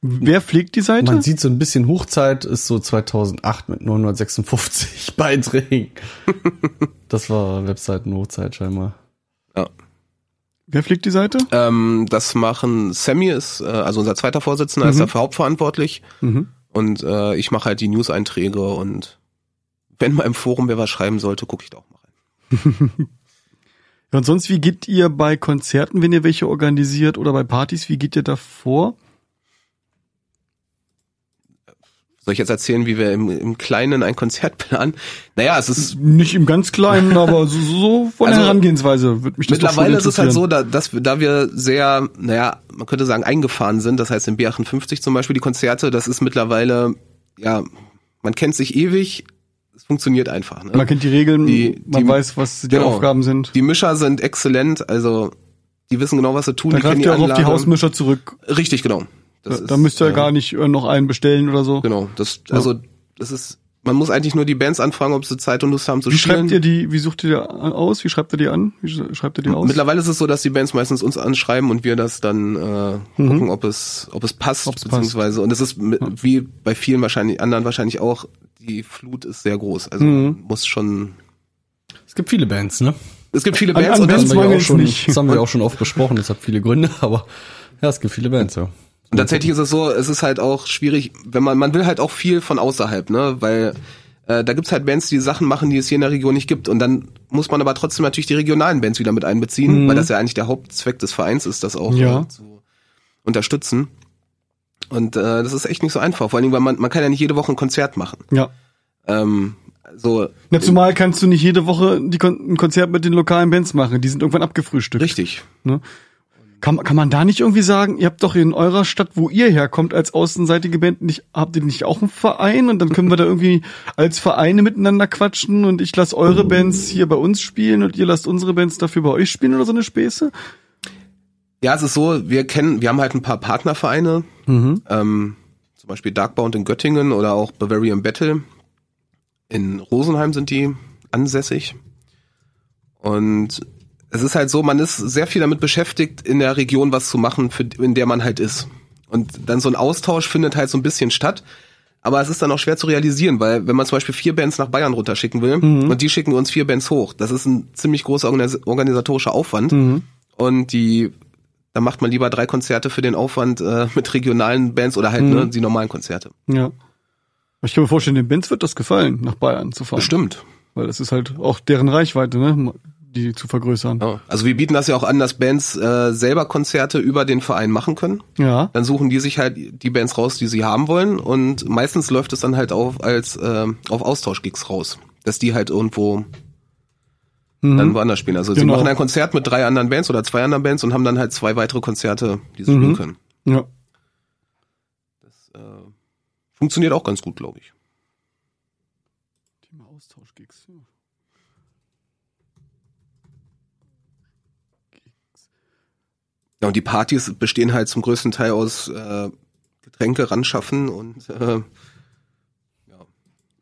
[SPEAKER 2] Wer pflegt die Seite?
[SPEAKER 5] Man sieht so ein bisschen Hochzeit ist so 2008 mit 956 Beiträgen. das war Webseiten-Hochzeit scheinbar.
[SPEAKER 2] Wer pflegt die Seite?
[SPEAKER 1] Ähm, das machen Sammy ist, äh, also unser zweiter Vorsitzender, ist dafür hauptverantwortlich
[SPEAKER 2] Mhm.
[SPEAKER 1] und äh, ich mache halt die News-Einträge und wenn mal im Forum wer was schreiben sollte, gucke ich da auch mal rein.
[SPEAKER 2] Ja, und sonst, wie geht ihr bei Konzerten, wenn ihr welche organisiert oder bei Partys, wie geht ihr da vor?
[SPEAKER 1] Soll ich jetzt erzählen, wie wir im, im Kleinen ein Konzert planen? Naja, es ist
[SPEAKER 2] Nicht im ganz Kleinen, aber so, so von der
[SPEAKER 1] Also,
[SPEAKER 2] Herangehensweise würde mich das doch
[SPEAKER 1] Mittlerweile ist
[SPEAKER 2] schon
[SPEAKER 1] es halt so,
[SPEAKER 2] interessieren.
[SPEAKER 1] da, dass wir, da wir sehr, naja, man könnte sagen, eingefahren sind. Das heißt, in B58 zum Beispiel die Konzerte, das ist mittlerweile, ja, man kennt sich ewig, es funktioniert einfach. Ne?
[SPEAKER 2] Man kennt die Regeln,
[SPEAKER 1] Die-
[SPEAKER 2] man
[SPEAKER 1] die-
[SPEAKER 2] weiß, was die
[SPEAKER 1] genau.
[SPEAKER 2] Aufgaben sind.
[SPEAKER 1] die Mischer sind exzellent, also die wissen genau, was sie tun.
[SPEAKER 2] Da
[SPEAKER 1] die kennen
[SPEAKER 2] greift ihr auch auf die
[SPEAKER 1] Anlage.
[SPEAKER 2] Hausmischer zurück.
[SPEAKER 1] Richtig, genau.
[SPEAKER 2] Da,
[SPEAKER 1] Das
[SPEAKER 2] da
[SPEAKER 1] ist,
[SPEAKER 2] müsst ihr ja
[SPEAKER 1] äh,
[SPEAKER 2] gar nicht äh, noch einen bestellen oder so.
[SPEAKER 1] Genau, das, also das ist, man muss eigentlich nur die Bands anfragen, ob sie Zeit und Lust haben zu
[SPEAKER 2] Wie
[SPEAKER 1] spielen.
[SPEAKER 2] schreibt ihr die, wie sucht ihr die an- aus? Wie schreibt ihr die an? Wie sch- schreibt ihr die aus?
[SPEAKER 1] Mittlerweile ist es so, dass die Bands meistens uns anschreiben und wir das dann äh, gucken, ob es, ob es passt,
[SPEAKER 2] Mhm. Ob's passt.
[SPEAKER 1] beziehungsweise. Und es ist mi- wie bei vielen wahrscheinlich, anderen wahrscheinlich auch, die Flut ist sehr groß. Also
[SPEAKER 2] Mhm.
[SPEAKER 1] man muss schon.
[SPEAKER 5] Es gibt viele Bands, ne?
[SPEAKER 1] Es gibt viele
[SPEAKER 2] An-
[SPEAKER 1] Bands
[SPEAKER 2] an
[SPEAKER 1] und,
[SPEAKER 2] Bands
[SPEAKER 1] das,
[SPEAKER 5] wir ja auch
[SPEAKER 2] mangelt's
[SPEAKER 5] schon,
[SPEAKER 2] nicht.
[SPEAKER 5] Das haben wir ja auch schon oft besprochen, das hat viele Gründe, aber ja, es gibt viele Bands, ja.
[SPEAKER 1] und tatsächlich ist es so, es ist halt auch schwierig, wenn man, man will halt auch viel von außerhalb, ne? Weil äh, da gibt's halt Bands, die Sachen machen, die es hier in der Region nicht gibt. Und dann muss man aber trotzdem natürlich die regionalen Bands wieder mit einbeziehen, weil das ja eigentlich der Hauptzweck des Vereins ist, das auch
[SPEAKER 2] Ja.
[SPEAKER 1] äh, zu unterstützen. Und äh, das ist echt nicht so einfach, vor allen Dingen, weil man, man kann ja nicht jede Woche ein Konzert machen.
[SPEAKER 2] ja.
[SPEAKER 1] Ähm, so
[SPEAKER 2] Na, zumal kannst du nicht jede Woche die Kon ein Konzert mit den lokalen Bands machen. Die sind irgendwann abgefrühstückt.
[SPEAKER 1] richtig.
[SPEAKER 2] Ne? Kann, kann man da nicht irgendwie sagen, ihr habt doch in eurer Stadt, wo ihr herkommt, als außenseitige Band, nicht, habt ihr nicht auch einen Verein? Und dann können wir da irgendwie als Vereine miteinander quatschen und ich lasse eure Bands hier bei uns spielen und ihr lasst unsere Bands dafür bei euch spielen oder so eine Späße?
[SPEAKER 1] Ja, es ist so, wir kennen, wir haben halt ein paar Partnervereine, ähm, zum Beispiel Darkbound in Göttingen oder auch Bavarian Battle. In Rosenheim sind die ansässig. Und es ist halt so, man ist sehr viel damit beschäftigt, in der Region was zu machen, für, in der man halt ist. Und dann so ein Austausch findet halt so ein bisschen statt. Aber es ist dann auch schwer zu realisieren, weil wenn man zum Beispiel vier Bands nach Bayern runterschicken will und die schicken uns vier Bands hoch, das ist ein ziemlich großer organis organisatorischer Aufwand. Und die, da macht man lieber drei Konzerte für den Aufwand äh, mit regionalen Bands oder halt ne, die normalen Konzerte.
[SPEAKER 2] Ja. Ich kann mir vorstellen, den Bands wird das gefallen, nach Bayern zu fahren.
[SPEAKER 1] Bestimmt.
[SPEAKER 2] Weil das ist halt auch deren Reichweite, ne? Die zu vergrößern.
[SPEAKER 1] Ja. Also wir bieten das ja auch an, dass Bands äh, selber Konzerte über den Verein machen können.
[SPEAKER 2] Ja.
[SPEAKER 1] Dann suchen die sich halt die Bands raus, die sie haben wollen. Und meistens läuft es dann halt auf als äh, auf Austauschgigs raus, dass die halt irgendwo dann woanders spielen. Also sie
[SPEAKER 2] Genau.
[SPEAKER 1] machen ein Konzert mit drei anderen Bands oder zwei anderen Bands und haben dann halt zwei weitere Konzerte, die sie spielen
[SPEAKER 2] Mhm.
[SPEAKER 1] können.
[SPEAKER 2] Ja.
[SPEAKER 1] Äh, funktioniert auch ganz gut, glaube ich.
[SPEAKER 2] Thema Austauschgigs. ja.
[SPEAKER 1] Ja, und die Partys bestehen halt zum größten Teil aus äh, Getränke ranschaffen und äh,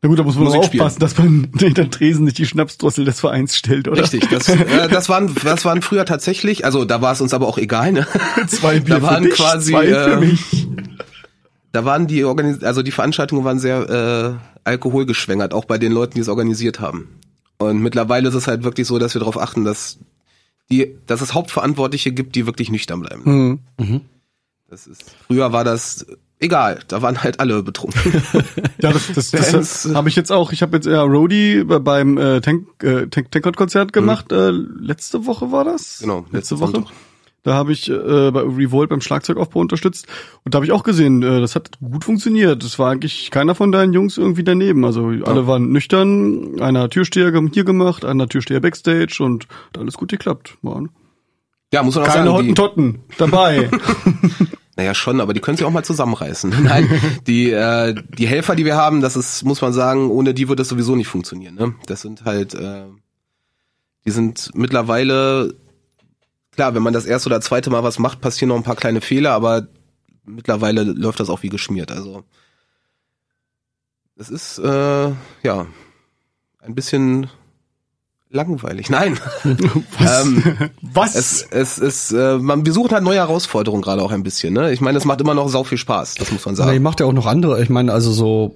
[SPEAKER 2] Na gut, da muss man auch
[SPEAKER 1] Musik spielen.
[SPEAKER 2] aufpassen, dass man hinter den Tresen nicht die Schnapsdrossel des Vereins stellt, oder?
[SPEAKER 1] richtig, das, äh, das waren das waren früher tatsächlich, also da war es uns aber auch egal, ne?
[SPEAKER 2] Zwei Bier
[SPEAKER 1] Da waren
[SPEAKER 2] für dich,
[SPEAKER 1] quasi,
[SPEAKER 2] zwei für
[SPEAKER 1] äh,
[SPEAKER 2] mich.
[SPEAKER 1] Da waren die Organis also die Veranstaltungen waren sehr äh, alkoholgeschwängert, auch bei den Leuten, die es organisiert haben. Und mittlerweile ist es halt wirklich so, dass wir darauf achten, dass die, dass es Hauptverantwortliche gibt, die wirklich nüchtern bleiben.
[SPEAKER 2] Mhm.
[SPEAKER 1] Das ist, früher war das egal, da waren halt alle betrunken.
[SPEAKER 2] Ja, das, das, das,
[SPEAKER 1] Bands.
[SPEAKER 2] habe ich jetzt auch. Ich habe jetzt ja Roadie bei- beim äh, Tank, äh, Tank Tankard Konzert gemacht. Äh, letzte Woche war das.
[SPEAKER 1] Mhm. Genau,
[SPEAKER 2] letzte
[SPEAKER 1] letzten
[SPEAKER 2] Woche.
[SPEAKER 1] Sonntag.
[SPEAKER 2] Da habe ich äh, bei Revolt beim Schlagzeugaufbau unterstützt und da habe ich auch gesehen, äh, das hat gut funktioniert. Es war eigentlich keiner von deinen Jungs irgendwie daneben. Also alle waren nüchtern. Einer hat Türsteher gem- hier gemacht, einer hat Türsteher backstage und hat alles gut geklappt. Mann.
[SPEAKER 1] Ja, muss man auch
[SPEAKER 2] Keine
[SPEAKER 1] sagen. Die,
[SPEAKER 2] Hottentotten dabei.
[SPEAKER 1] naja, schon, aber die können sich auch mal zusammenreißen. Nein, die, äh, die Helfer, die wir haben, das ist, muss man sagen, ohne die würde das sowieso nicht funktionieren. Ne? Das sind halt, äh, die sind mittlerweile, klar, wenn man das erste oder zweite Mal was macht, passieren noch ein paar kleine Fehler, aber mittlerweile läuft das auch wie geschmiert. Also es ist, äh, ja, ein bisschen langweilig. Nein. Ähm,
[SPEAKER 2] Was? Was?
[SPEAKER 1] Es, es ist, äh, man, wir suchen halt neue Herausforderungen gerade auch ein bisschen. Ne? Ich meine, es macht immer noch sau viel Spaß, das muss man
[SPEAKER 5] Aber ihr
[SPEAKER 1] sagen.
[SPEAKER 5] macht ja auch noch andere, ich meine, also so,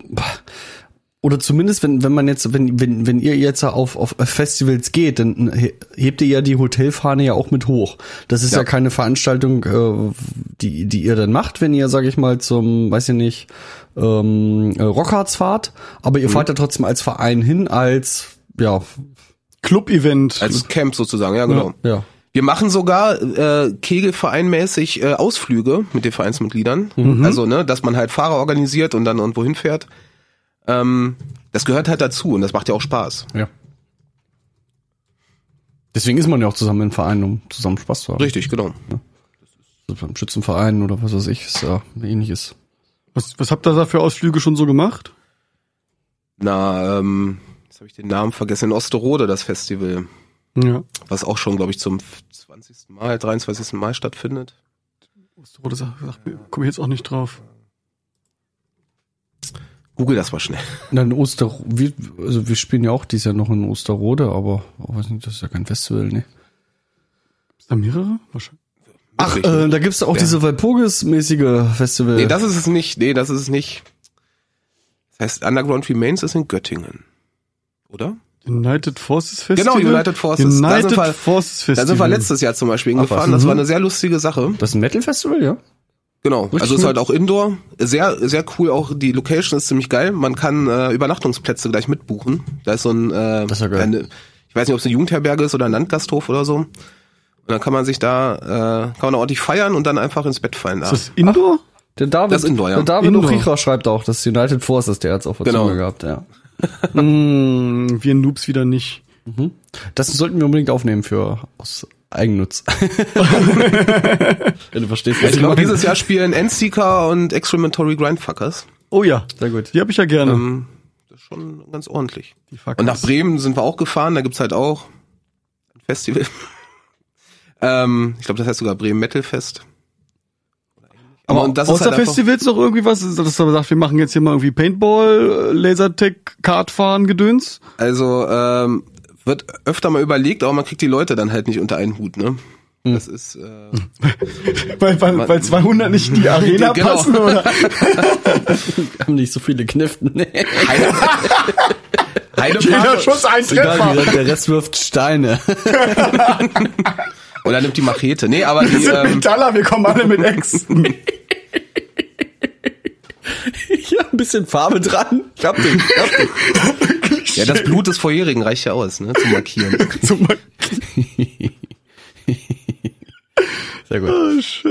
[SPEAKER 5] oder zumindest, wenn, wenn man jetzt, wenn, wenn, wenn ihr jetzt auf, auf Festivals geht, dann he- hebt ihr ja die Hotelfahne ja auch mit hoch. Das ist ja,
[SPEAKER 1] Ja.
[SPEAKER 5] keine Veranstaltung, äh, die, die ihr dann macht, wenn ihr, sag ich mal, zum, weiß ich nicht, ähm, äh, Rockharz fahrt, aber ihr fahrt ja trotzdem als Verein hin, als, ja,
[SPEAKER 2] Club-Event.
[SPEAKER 1] Als Camp sozusagen, ja genau.
[SPEAKER 5] ja.
[SPEAKER 1] Wir machen sogar äh, Kegelvereinmäßig äh, Ausflüge mit den Vereinsmitgliedern. Also, ne, dass man halt Fahrer organisiert und dann irgendwo hinfährt. Ähm, das gehört halt dazu und das macht ja auch Spaß.
[SPEAKER 5] Ja. Deswegen ist man ja auch zusammen im Verein, um zusammen Spaß zu haben.
[SPEAKER 1] Richtig, genau.
[SPEAKER 5] Also Beim Schützenverein oder was weiß ich, ist ja ähnliches.
[SPEAKER 2] was, was habt ihr da für Ausflüge schon so gemacht?
[SPEAKER 1] Na, ähm, jetzt habe ich den Namen vergessen. In Osterode das Festival,
[SPEAKER 2] Ja.
[SPEAKER 1] was auch schon, glaube ich, zum 20. Mal, 23. Mal stattfindet.
[SPEAKER 2] Osterode sagt, sagt mir, komm ich jetzt auch nicht drauf.
[SPEAKER 1] Google das mal schnell.
[SPEAKER 5] Na, in Oster, wir, also wir spielen ja auch dieses Jahr noch in Osterrode, aber oh, weiß nicht, das ist ja kein Festival, ne?
[SPEAKER 2] Ist da mehrere? Wahrscheinlich.
[SPEAKER 5] Ach,
[SPEAKER 1] Richtig.
[SPEAKER 5] äh, da gibt's auch
[SPEAKER 1] Ja.
[SPEAKER 5] diese Walpurgis-mäßige Festival.
[SPEAKER 1] Nee, das ist es nicht. Nee, das ist es nicht. Das heißt, Underground Remains ist in Göttingen. Oder?
[SPEAKER 2] United Forces Festival.
[SPEAKER 1] Genau, United Forces. Da
[SPEAKER 2] United
[SPEAKER 1] sind wir-
[SPEAKER 2] Forces Festival.
[SPEAKER 1] Da sind wir letztes Jahr zum Beispiel hingefahren.
[SPEAKER 5] was,
[SPEAKER 1] das war
[SPEAKER 5] mhm.
[SPEAKER 1] eine sehr lustige Sache.
[SPEAKER 5] das ist ein Metal-Festival, ja?
[SPEAKER 1] Genau. also es
[SPEAKER 5] cool.
[SPEAKER 1] ist halt auch Indoor. Sehr, sehr cool. Auch die Location ist ziemlich geil. Man kann äh, Übernachtungsplätze gleich mitbuchen. Da ist so ein, äh,
[SPEAKER 5] Das ist ja geil.
[SPEAKER 1] eine, ich weiß nicht, ob es eine Jugendherberge ist oder ein Landgasthof oder so. Und dann kann man sich da, äh, kann man da ordentlich feiern und dann einfach ins Bett fallen. Da. Also,
[SPEAKER 2] Ist das Indoor?
[SPEAKER 5] Der David,
[SPEAKER 1] Das ist Indoor, ja.
[SPEAKER 5] Der David
[SPEAKER 2] Indoor.
[SPEAKER 5] Ochicha schreibt auch, das United Forces, der hat's auch vor
[SPEAKER 1] Genau.
[SPEAKER 5] Zunge gehabt, ja.
[SPEAKER 2] Hm, wir Noobs wieder nicht.
[SPEAKER 5] Das sollten wir unbedingt aufnehmen für aus Eigennutz. Wenn du verstehst, was
[SPEAKER 1] ich
[SPEAKER 5] ich
[SPEAKER 1] glaube,
[SPEAKER 5] meine.
[SPEAKER 1] dieses Jahr spielen Endseeker und Extrematory Grindfuckers.
[SPEAKER 2] Oh ja,
[SPEAKER 5] Sehr gut.
[SPEAKER 2] die habe ich ja gerne.
[SPEAKER 1] Ähm, das ist schon ganz ordentlich.
[SPEAKER 2] die Fuckers.
[SPEAKER 1] Und nach Bremen sind wir auch gefahren, da gibt's halt auch ein Festival. ähm, ich glaube, das heißt sogar Bremen Metal Fest.
[SPEAKER 2] Aber
[SPEAKER 1] und das ist
[SPEAKER 2] außer
[SPEAKER 1] halt einfach-
[SPEAKER 2] Festivals noch irgendwie was, dass man sagt, wir machen jetzt hier mal irgendwie Paintball, äh, Lasertag, Kartfahren, Gedöns.
[SPEAKER 1] Also ähm, wird öfter mal überlegt, aber man kriegt die Leute dann halt nicht unter einen Hut, ne? Das ist äh,
[SPEAKER 2] Weil, weil, weil 200 nicht in die Arena
[SPEAKER 1] Genau.
[SPEAKER 2] passen, oder?
[SPEAKER 5] Wir haben nicht so viele Kniften. ne? Nee.
[SPEAKER 1] eine
[SPEAKER 2] Jeder
[SPEAKER 1] Party.
[SPEAKER 2] Schuss ein
[SPEAKER 5] Egal,
[SPEAKER 2] Treffer.
[SPEAKER 5] wie gesagt, der Rest wirft Steine.
[SPEAKER 1] Oder nimmt die Machete. Nee, aber die,
[SPEAKER 2] sind
[SPEAKER 1] ähm,
[SPEAKER 2] Metaller, wir kommen alle mit Äxten.
[SPEAKER 5] Hier ein bisschen Farbe dran. Klappt den, klappt den.
[SPEAKER 1] ja, das Blut des Vorjährigen reicht ja aus, ne? Zu markieren.
[SPEAKER 2] Zum
[SPEAKER 5] Sehr gut.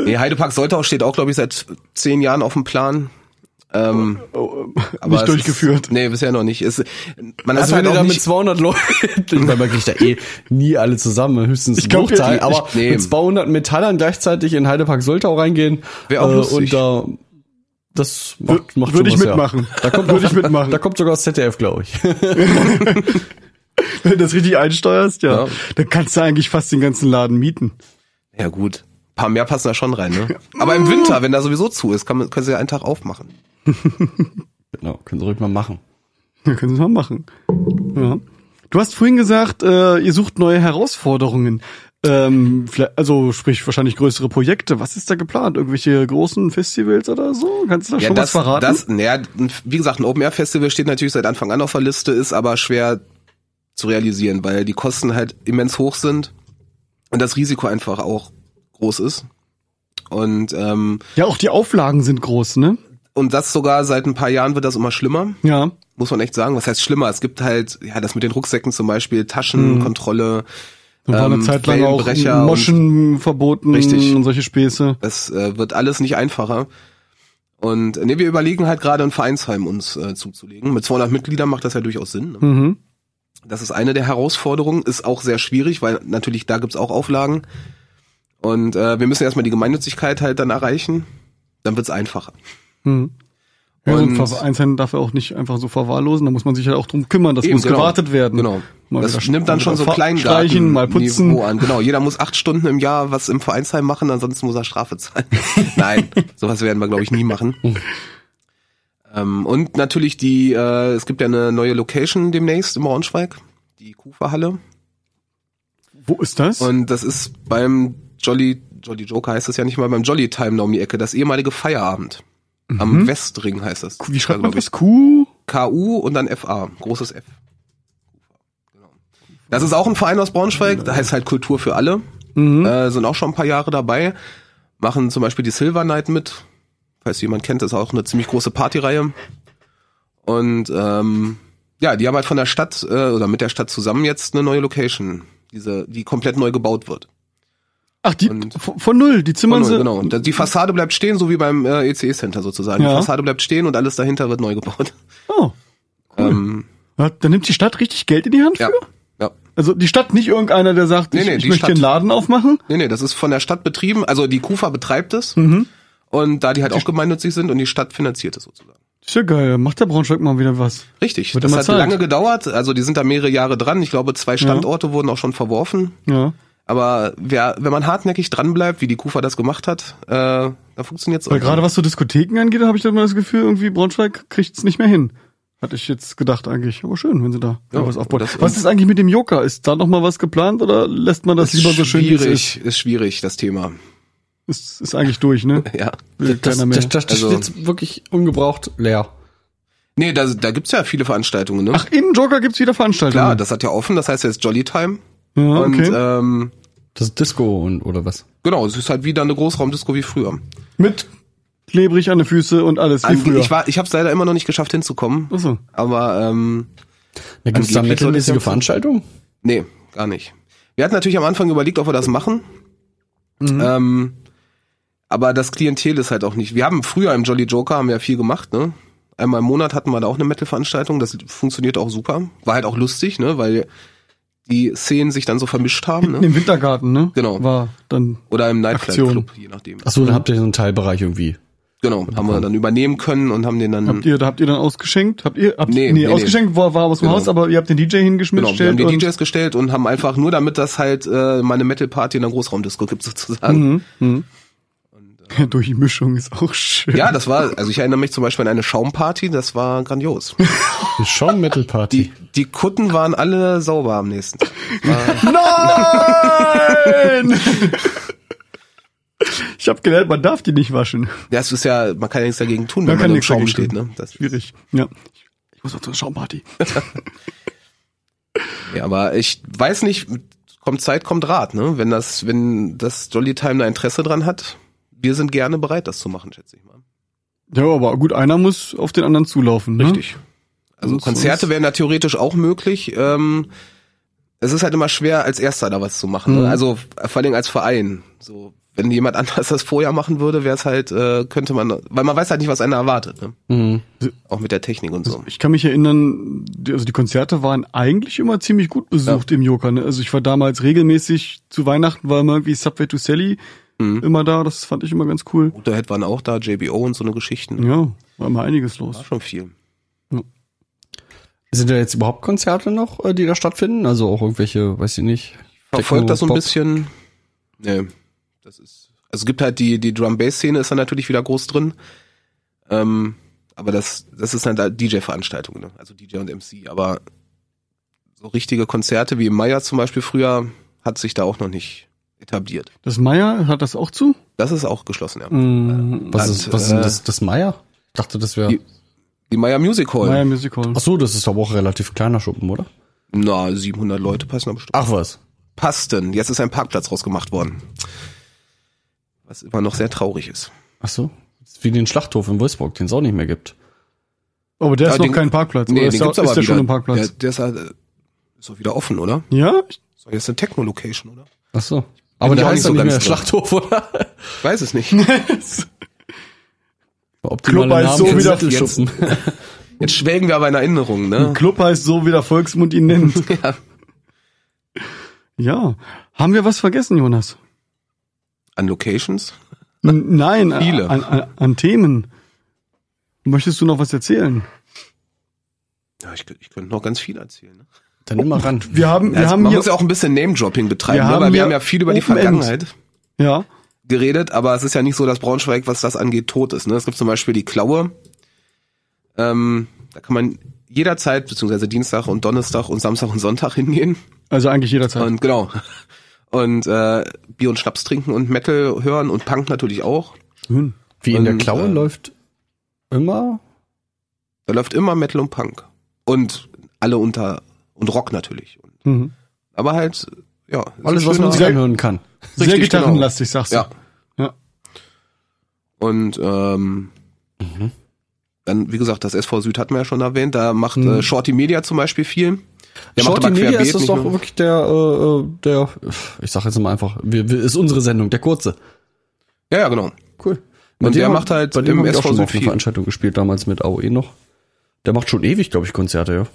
[SPEAKER 1] Nee, Heidepark Soltau steht auch, glaube ich, seit zehn Jahren auf dem Plan. Ähm,
[SPEAKER 2] Oh,
[SPEAKER 1] aber es
[SPEAKER 2] nicht durchgeführt.
[SPEAKER 1] Ist, nee, bisher noch nicht. Es, man
[SPEAKER 5] Also
[SPEAKER 1] hat halt
[SPEAKER 5] wenn ihr
[SPEAKER 1] auch
[SPEAKER 5] da mit
[SPEAKER 1] nicht,
[SPEAKER 5] 200 Leuten, weil man kriegt da eh nie alle zusammen, höchstens
[SPEAKER 2] Ich
[SPEAKER 5] ich
[SPEAKER 2] glaub,
[SPEAKER 5] Bruchteil,
[SPEAKER 2] ich-
[SPEAKER 5] aber
[SPEAKER 1] nee.
[SPEAKER 5] mit 200 Metallern gleichzeitig in Heidepark Soltau reingehen äh,
[SPEAKER 1] Wär auch lustig.
[SPEAKER 5] und da das macht, macht
[SPEAKER 2] würde
[SPEAKER 5] schon
[SPEAKER 2] ich
[SPEAKER 5] was,
[SPEAKER 2] mitmachen.
[SPEAKER 5] Ja. Da kommt
[SPEAKER 2] Würde
[SPEAKER 5] auch-
[SPEAKER 2] ich mitmachen.
[SPEAKER 5] Da kommt sogar das ZDF, glaube ich.
[SPEAKER 2] Wenn du das richtig einsteuerst, ja,
[SPEAKER 1] Ja.
[SPEAKER 2] dann kannst du eigentlich fast den ganzen Laden mieten.
[SPEAKER 1] ja gut, ein paar mehr passen da schon rein, ne? Aber im Winter, wenn da sowieso zu ist, kann man, können sie ja einen Tag aufmachen.
[SPEAKER 5] genau, können Sie ruhig mal machen.
[SPEAKER 2] Ja, können Sie mal machen. Ja. Du hast vorhin gesagt, äh, ihr sucht neue Herausforderungen. Ähm, vielleicht- also sprich wahrscheinlich größere Projekte. Was ist da geplant? Irgendwelche großen Festivals oder so? Kannst du da schon was verraten?
[SPEAKER 1] Das, naja, wie gesagt, ein Open-Air-Festival steht natürlich seit Anfang an auf der Liste, ist aber schwer zu realisieren, weil die Kosten halt immens hoch sind und das Risiko einfach auch groß ist. Und, ähm,
[SPEAKER 2] ja, auch die Auflagen sind groß, ne?
[SPEAKER 1] und das sogar seit ein paar Jahren wird das immer schlimmer,
[SPEAKER 2] Ja.
[SPEAKER 1] muss man echt sagen. Was heißt schlimmer? Es gibt halt, ja, das mit den Rucksäcken zum Beispiel, Taschenkontrolle,
[SPEAKER 2] Da war Mhm. eine
[SPEAKER 1] Ähm,
[SPEAKER 2] Zeit lang auch
[SPEAKER 1] Wellenbrecher
[SPEAKER 2] Moschen verboten
[SPEAKER 1] Richtig.
[SPEAKER 2] und solche Späße.
[SPEAKER 1] das äh, wird alles nicht einfacher. Und äh, nee, wir überlegen halt gerade ein Vereinsheim uns äh, zuzulegen. Mit 200 Mitgliedern macht das ja durchaus Sinn. Ne?
[SPEAKER 2] Mhm.
[SPEAKER 1] Das ist eine der Herausforderungen, ist auch sehr schwierig, weil natürlich da gibt's auch Auflagen. Und äh, wir müssen erstmal die Gemeinnützigkeit halt dann erreichen. Dann wird's einfacher.
[SPEAKER 2] Mhm. Ja, so ein
[SPEAKER 1] Und-
[SPEAKER 2] Vereinsheim darf ja auch nicht einfach so verwahrlosen. Da muss man sich halt auch drum kümmern. Das
[SPEAKER 1] Eben,
[SPEAKER 2] muss
[SPEAKER 1] genau.
[SPEAKER 2] gewartet werden.
[SPEAKER 1] Genau.
[SPEAKER 2] Mal wieder
[SPEAKER 1] das
[SPEAKER 2] sch-
[SPEAKER 1] nimmt dann
[SPEAKER 2] mal
[SPEAKER 1] schon
[SPEAKER 2] wieder
[SPEAKER 1] so
[SPEAKER 2] fa-
[SPEAKER 1] kleinen
[SPEAKER 2] streichen, mal putzen.
[SPEAKER 1] an. Genau, jeder muss acht Stunden im Jahr was im Vereinsheim machen, ansonsten muss er Strafe zahlen. Nein, sowas werden wir, glaube ich, nie machen. ähm, und natürlich die, äh, es gibt ja eine neue Location demnächst im Braunschweig, die Kuferhalle.
[SPEAKER 2] Wo ist das?
[SPEAKER 1] Und das ist beim Jolly, Jolly Joker heißt es ja nicht mal, beim Jolly Time da um die Ecke, das ehemalige Feierabend. Am Westring heißt das.
[SPEAKER 2] Mhm. Wie schreibt
[SPEAKER 1] Da,
[SPEAKER 2] man
[SPEAKER 1] glaub ich.
[SPEAKER 2] das? Kuh?
[SPEAKER 1] KU und dann FA, großes F. Genau. Das ist auch ein Verein aus Braunschweig, da heißt halt Kultur für alle. Äh, sind auch schon ein paar Jahre dabei, machen zum Beispiel die Silver Night mit. Falls jemand kennt, ist auch eine ziemlich große Partyreihe. Und ähm, ja, die haben halt von der Stadt äh, oder mit der Stadt zusammen jetzt eine neue Location, diese, die komplett neu gebaut wird.
[SPEAKER 2] Ach, die
[SPEAKER 1] Und-
[SPEAKER 2] von, von null, die zimmern
[SPEAKER 1] Genau,
[SPEAKER 2] sie.
[SPEAKER 1] genau. Und Die Fassade bleibt stehen, so wie beim äh, ECE-Center sozusagen.
[SPEAKER 2] Ja.
[SPEAKER 1] Die Fassade bleibt stehen und alles dahinter wird neu gebaut.
[SPEAKER 2] Oh,
[SPEAKER 1] genau. Ähm,
[SPEAKER 2] ja, dann nimmt die Stadt richtig Geld in die Hand
[SPEAKER 1] ja.
[SPEAKER 2] für?
[SPEAKER 1] ja.
[SPEAKER 2] Also die Stadt nicht irgendeiner, der sagt,
[SPEAKER 1] Nee,
[SPEAKER 2] ich,
[SPEAKER 1] nee,
[SPEAKER 2] ich
[SPEAKER 1] die
[SPEAKER 2] möchte hier einen
[SPEAKER 1] Stadt.
[SPEAKER 2] Laden aufmachen.
[SPEAKER 1] Nee, nee, das ist von der Stadt betrieben. Also die KUFA betreibt es.
[SPEAKER 2] Mhm.
[SPEAKER 1] Und da die halt auch gemeinnützig sind und die Stadt finanziert es sozusagen.
[SPEAKER 2] Ist ja geil, macht der Braunschweig mal wieder was.
[SPEAKER 1] Richtig.
[SPEAKER 2] Wird
[SPEAKER 1] das
[SPEAKER 2] immer
[SPEAKER 1] hat
[SPEAKER 2] Zeit.
[SPEAKER 1] lange gedauert. Also die sind da mehrere Jahre dran. Ich glaube, zwei Standorte wurden auch schon verworfen.
[SPEAKER 2] Ja.
[SPEAKER 1] Aber wer, wenn man hartnäckig dranbleibt, wie die KUFA das gemacht hat, äh, dann funktioniert's
[SPEAKER 2] Weil
[SPEAKER 1] irgendwann.
[SPEAKER 2] gerade was so Diskotheken angeht, habe ich dann mal das Gefühl, irgendwie Braunschweig kriegt's nicht mehr hin. Hatte ich jetzt gedacht eigentlich. Aber schön, wenn sie da
[SPEAKER 1] Ja,
[SPEAKER 2] was aufbauen.
[SPEAKER 1] das-
[SPEAKER 2] was ist eigentlich mit dem Joker? Ist da noch mal was geplant oder lässt man das
[SPEAKER 1] ist
[SPEAKER 2] lieber so schön wie es ist?
[SPEAKER 1] schwierig, ist schwierig, das Thema.
[SPEAKER 2] Ist, ist eigentlich durch, ne?
[SPEAKER 1] Ja.
[SPEAKER 2] Will
[SPEAKER 5] Das,
[SPEAKER 2] keiner mehr.
[SPEAKER 5] das, das, das
[SPEAKER 1] Also-
[SPEAKER 5] steht jetzt wirklich ungebraucht leer.
[SPEAKER 1] Nee, da, da gibt's ja viele Veranstaltungen, ne?
[SPEAKER 2] Ach, in Joker gibt's wieder Veranstaltungen.
[SPEAKER 1] Klar, das hat ja offen, das heißt jetzt Jolly Time.
[SPEAKER 2] ja,
[SPEAKER 1] Und
[SPEAKER 2] okay.
[SPEAKER 1] ähm,
[SPEAKER 5] Das ist Disco und oder was?
[SPEAKER 1] genau, es ist halt wieder eine Großraumdisco wie früher.
[SPEAKER 2] Mit klebrig an den Füßen und alles wie
[SPEAKER 1] Ange-
[SPEAKER 2] früher.
[SPEAKER 1] Ich, war, ich habe es leider immer noch nicht geschafft hinzukommen.
[SPEAKER 2] Ach so.
[SPEAKER 1] Aber ähm,
[SPEAKER 5] Da gibt's
[SPEAKER 1] Angeblich soll das
[SPEAKER 5] da
[SPEAKER 1] ja
[SPEAKER 5] mittelmäßige Veranstaltungen?
[SPEAKER 1] nee, gar nicht. Wir hatten natürlich am Anfang überlegt, ob wir das machen.
[SPEAKER 2] Mhm.
[SPEAKER 1] Ähm, aber das Klientel ist halt auch nicht. Wir haben früher im Jolly Joker haben wir ja viel gemacht, ne? Einmal im Monat hatten wir da auch eine Metal-Veranstaltung, das funktioniert auch super. War halt auch lustig, ne? Weil die Szenen sich dann so vermischt haben,
[SPEAKER 2] In
[SPEAKER 1] ne?
[SPEAKER 2] dem Wintergarten, ne?
[SPEAKER 1] Genau.
[SPEAKER 2] War dann.
[SPEAKER 1] Oder im Nightclub,
[SPEAKER 2] Aktion.
[SPEAKER 1] je nachdem.
[SPEAKER 5] Achso, dann habt ihr so einen Teilbereich irgendwie.
[SPEAKER 1] Genau, haben wir dann übernehmen können und haben den dann.
[SPEAKER 2] Habt ihr, da habt ihr dann ausgeschenkt? Habt ihr, habt, nee,
[SPEAKER 1] Hm. Nee, nee,
[SPEAKER 2] ausgeschenkt war, war aus dem
[SPEAKER 1] Genau.
[SPEAKER 2] Haus, aber ihr habt den DJ hingeschmissen.
[SPEAKER 1] Genau, wir haben
[SPEAKER 2] gestellt
[SPEAKER 1] die
[SPEAKER 2] und,
[SPEAKER 1] DJs gestellt und haben einfach nur damit das halt äh, meine Metal-Party in der Großraumdisco gibt sozusagen.
[SPEAKER 2] Mhm, mhm. Durch die Mischung ist auch schön.
[SPEAKER 1] Ja, das war, also ich erinnere mich zum Beispiel an eine Schaumparty, das war grandios.
[SPEAKER 5] Ist schon
[SPEAKER 1] Die,
[SPEAKER 5] Metal-Party.
[SPEAKER 1] die Kutten waren alle sauber am nächsten Tag.
[SPEAKER 2] Nein! ich habe gelernt, man darf die nicht waschen.
[SPEAKER 1] Das ist ja, man kann ja nichts dagegen tun,
[SPEAKER 2] Man
[SPEAKER 1] wenn
[SPEAKER 2] kann
[SPEAKER 1] man im
[SPEAKER 2] nichts
[SPEAKER 1] Schaum
[SPEAKER 2] dagegen
[SPEAKER 1] steht,
[SPEAKER 2] tun.
[SPEAKER 1] ne? Das,
[SPEAKER 2] Schwierig. Ja. Ich muss auch zur Schaumparty.
[SPEAKER 1] ja, aber ich weiß nicht, kommt Zeit, kommt Rat, ne? Wenn das, wenn das Jolly Time da Interesse dran hat, wir sind gerne bereit, das zu machen, schätze ich mal.
[SPEAKER 2] Ja, aber gut, einer muss auf den anderen zulaufen. Ne?
[SPEAKER 1] Richtig. Also
[SPEAKER 2] Sonst-
[SPEAKER 1] Konzerte
[SPEAKER 2] sonst-
[SPEAKER 1] wären da theoretisch auch möglich. Ähm, es ist halt immer schwer, als Erster da was zu machen.
[SPEAKER 2] Mhm.
[SPEAKER 1] Ne? Also vor allem als Verein. So, wenn jemand anders das vorher machen würde, wäre es halt, äh, könnte man, weil man weiß halt nicht, was einer erwartet. Ne? Auch mit der Technik und so.
[SPEAKER 2] Hm. Ich kann mich erinnern, die, also die Konzerte waren eigentlich immer ziemlich gut besucht im Joker. Ne? Also ich war damals regelmäßig zu Weihnachten, war immer irgendwie Subway to Sally
[SPEAKER 1] Mhm.
[SPEAKER 2] immer da. Das fand ich immer ganz cool.
[SPEAKER 1] Motorhead waren auch da, JBO und so eine Geschichten.
[SPEAKER 2] Ja, war immer einiges los.
[SPEAKER 1] War schon viel.
[SPEAKER 5] Sind da jetzt überhaupt Konzerte noch, äh, die da stattfinden? Also auch irgendwelche, weiß ich nicht.
[SPEAKER 1] Verfolgt
[SPEAKER 5] Techno,
[SPEAKER 1] das so ein
[SPEAKER 5] Pop?
[SPEAKER 1] bisschen. Nee, das ist. Also es gibt halt die, die Drum-Bass-Szene ist da natürlich wieder groß drin. Ähm, aber das, das ist halt DJ-Veranstaltung, ne? Also DJ und MC. Aber so richtige Konzerte wie im Meier zum Beispiel früher hat sich da auch noch nicht etabliert.
[SPEAKER 2] Das Meier hat das auch zu?
[SPEAKER 1] Das ist auch geschlossen,
[SPEAKER 2] Mhm.
[SPEAKER 1] ja.
[SPEAKER 5] Was ist, was ist denn
[SPEAKER 1] äh,
[SPEAKER 5] das, das Meier? Ich dachte, das wäre.
[SPEAKER 1] Die- Die Meier Music Hall.
[SPEAKER 2] Meier Music Hall.
[SPEAKER 5] Ach so, das ist aber auch ein relativ kleiner Schuppen, oder?
[SPEAKER 1] Na, 700 Leute passen da bestimmt.
[SPEAKER 5] Ach was.
[SPEAKER 1] Passten. Jetzt ist ein Parkplatz rausgemacht worden. Was immer noch sehr traurig ist.
[SPEAKER 5] Ach so. Das ist Wie den Schlachthof in Wolfsburg, den es auch nicht mehr gibt.
[SPEAKER 2] Aber der
[SPEAKER 1] Ja,
[SPEAKER 2] ist noch
[SPEAKER 1] den-
[SPEAKER 2] kein Parkplatz. oder
[SPEAKER 1] den
[SPEAKER 2] ist der,
[SPEAKER 1] gibt's
[SPEAKER 2] ist der schon
[SPEAKER 1] wieder.
[SPEAKER 2] ein Parkplatz?
[SPEAKER 1] Der, der ist, halt, äh, ist doch wieder offen, oder?
[SPEAKER 2] ja?
[SPEAKER 1] So, jetzt eine Techno-Location, oder?
[SPEAKER 5] Ach so. Aber
[SPEAKER 1] ich
[SPEAKER 5] der
[SPEAKER 1] auch
[SPEAKER 5] heißt
[SPEAKER 1] nicht so
[SPEAKER 5] doch nicht
[SPEAKER 1] ganz
[SPEAKER 5] mehr
[SPEAKER 1] drin.
[SPEAKER 5] Schlachthof, oder?
[SPEAKER 1] Ich weiß es nicht.
[SPEAKER 5] Optimale
[SPEAKER 2] Klopper ist
[SPEAKER 5] Namen
[SPEAKER 2] so
[SPEAKER 5] für
[SPEAKER 2] wieder-
[SPEAKER 5] Sättelschuppen.
[SPEAKER 1] Jetzt schwelgen wir aber in Erinnerungen, ne?
[SPEAKER 2] Club heißt so, wie der Volksmund ihn nennt.
[SPEAKER 1] Ja.
[SPEAKER 2] ja. Haben wir was vergessen, Jonas?
[SPEAKER 1] An Locations?
[SPEAKER 2] N nein,
[SPEAKER 1] Viele.
[SPEAKER 2] An, an, an Themen. Möchtest du noch was erzählen?
[SPEAKER 1] Ja, ich, kö- ich könnte noch ganz viel erzählen. Ne?
[SPEAKER 5] Dann nimm mal ran.
[SPEAKER 2] Wir haben, wir
[SPEAKER 1] Also,
[SPEAKER 2] haben
[SPEAKER 1] man
[SPEAKER 2] hier,
[SPEAKER 1] muss ja auch ein bisschen Name-Dropping betreiben,
[SPEAKER 2] Wir
[SPEAKER 1] ne?
[SPEAKER 2] haben
[SPEAKER 1] weil wir
[SPEAKER 2] hier
[SPEAKER 1] haben ja viel über die
[SPEAKER 2] Open End.
[SPEAKER 1] Vergangenheit
[SPEAKER 2] ja,
[SPEAKER 1] geredet, aber es ist ja nicht so, dass Braunschweig, was das angeht, tot ist. Ne? Es gibt zum Beispiel die Klaue. Ähm, da kann man jederzeit, beziehungsweise Dienstag und Donnerstag und Samstag und Sonntag hingehen.
[SPEAKER 2] also eigentlich jederzeit.
[SPEAKER 1] Und genau. Und äh, Bier und Schnaps trinken und Metal hören und Punk natürlich auch.
[SPEAKER 2] Schön.
[SPEAKER 5] Wie in der
[SPEAKER 1] Und,
[SPEAKER 5] Klaue
[SPEAKER 1] äh,
[SPEAKER 5] läuft immer.
[SPEAKER 1] Da läuft immer Metal und Punk. Und alle unter und Rock natürlich.
[SPEAKER 2] Mhm.
[SPEAKER 1] Aber halt, ja. ist
[SPEAKER 5] Alles,
[SPEAKER 1] ein
[SPEAKER 5] was man
[SPEAKER 1] schöner-
[SPEAKER 5] sich anhören kann.
[SPEAKER 2] Sehr
[SPEAKER 1] Richtig, genau.
[SPEAKER 2] gitarrenlastig, sagst du.
[SPEAKER 1] Ja.
[SPEAKER 2] Ja.
[SPEAKER 1] Und ähm,
[SPEAKER 5] Mhm.
[SPEAKER 1] dann, wie gesagt, das SV Süd hatten wir ja schon erwähnt, da macht äh, Shorty Media zum Beispiel viel. Der macht
[SPEAKER 5] Mhm. Shorty
[SPEAKER 1] aber
[SPEAKER 5] Media ist
[SPEAKER 1] querbeet
[SPEAKER 5] das
[SPEAKER 1] nicht
[SPEAKER 5] doch
[SPEAKER 1] nur.
[SPEAKER 5] wirklich der, äh, äh, der, ich sag jetzt mal einfach, wir, wir, ist unsere Sendung, der kurze.
[SPEAKER 1] Ja, ja, genau.
[SPEAKER 5] Cool.
[SPEAKER 1] Und der macht halt
[SPEAKER 5] bei dem
[SPEAKER 1] im
[SPEAKER 5] hab ich auch
[SPEAKER 1] SV
[SPEAKER 5] schon mal
[SPEAKER 1] so
[SPEAKER 5] auf einer
[SPEAKER 1] viel.
[SPEAKER 5] Veranstaltung gespielt, damals mit AOE noch. Der macht schon ewig, glaube ich, Konzerte, ja.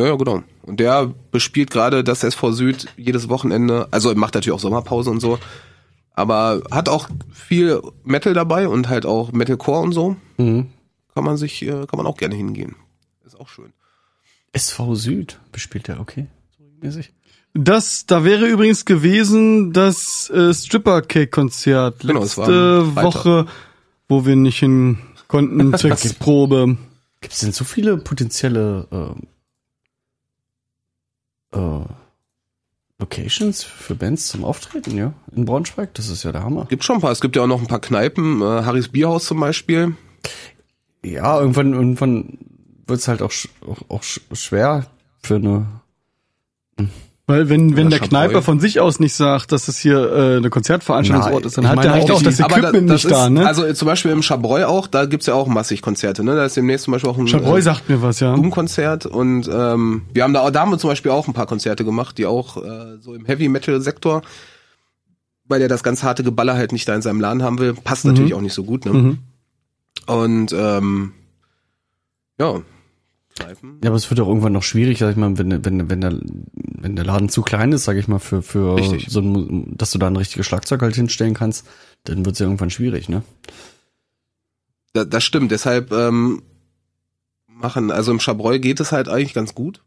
[SPEAKER 1] Ja, ja, genau. Und der bespielt gerade das SV Süd jedes Wochenende. Also macht natürlich auch Sommerpause und so. Aber hat auch viel Metal dabei und halt auch Metalcore und so.
[SPEAKER 5] Mhm.
[SPEAKER 1] Kann man sich, äh, kann man auch gerne hingehen. Ist auch schön.
[SPEAKER 5] SV Süd bespielt der, okay. So regelmäßig.
[SPEAKER 2] Das, da wäre übrigens gewesen das äh, Stripper Cake Konzert
[SPEAKER 1] Genau, es
[SPEAKER 2] letzte
[SPEAKER 1] war am Freitag.
[SPEAKER 2] Woche, wo wir nicht hin konnten zwecks Probe.
[SPEAKER 5] Gibt es denn so viele potenzielle ähm, äh, Locations für Bands zum Auftreten, ja? In Braunschweig? Das ist ja der Hammer.
[SPEAKER 1] Gibt schon ein paar. Es gibt ja auch noch ein paar Kneipen. Äh, Harrys Bierhaus zum Beispiel.
[SPEAKER 5] Ja, irgendwann, irgendwann wird's halt auch, sch- auch, auch sch- schwer für eine.
[SPEAKER 2] Weil wenn, wenn
[SPEAKER 1] Oder
[SPEAKER 2] der
[SPEAKER 1] Champeu.
[SPEAKER 2] Kneiper von sich aus nicht sagt, dass das hier äh, eine Konzertveranstaltungsort
[SPEAKER 5] Nein,
[SPEAKER 2] ist, dann
[SPEAKER 5] ich
[SPEAKER 2] hat
[SPEAKER 5] meine
[SPEAKER 2] er halt
[SPEAKER 5] auch
[SPEAKER 2] auch das
[SPEAKER 5] die-
[SPEAKER 1] da-
[SPEAKER 2] Equipment nicht da,
[SPEAKER 1] ist,
[SPEAKER 2] ne?
[SPEAKER 1] also äh, zum Beispiel im Chabreu auch, da gibt's ja auch massig Konzerte, ne? Da ist demnächst zum Beispiel auch ein
[SPEAKER 2] Chabreu
[SPEAKER 1] äh,
[SPEAKER 2] sagt mir was, ja.
[SPEAKER 1] Doom-Konzert und ähm, wir haben da, auch- da haben wir zum Beispiel auch ein paar Konzerte gemacht, die auch äh, so im Heavy-Metal-Sektor, weil der das ganz harte Geballer halt nicht da in seinem Laden haben will, passt natürlich auch nicht so gut, ne?
[SPEAKER 2] Mhm.
[SPEAKER 1] Und ähm, ja, Kneipen.
[SPEAKER 5] Ja, aber es wird auch irgendwann noch schwierig, sag ich mal, wenn, wenn, wenn, der, wenn der Laden zu klein ist, sag ich mal, für, für
[SPEAKER 1] Richtig.
[SPEAKER 5] so ein, Mu- dass du da ein richtiges Schlagzeug halt hinstellen kannst, dann wird's ja irgendwann schwierig, ne?
[SPEAKER 1] Da, das stimmt, deshalb ähm, machen, also im Chabreu geht es halt eigentlich ganz gut.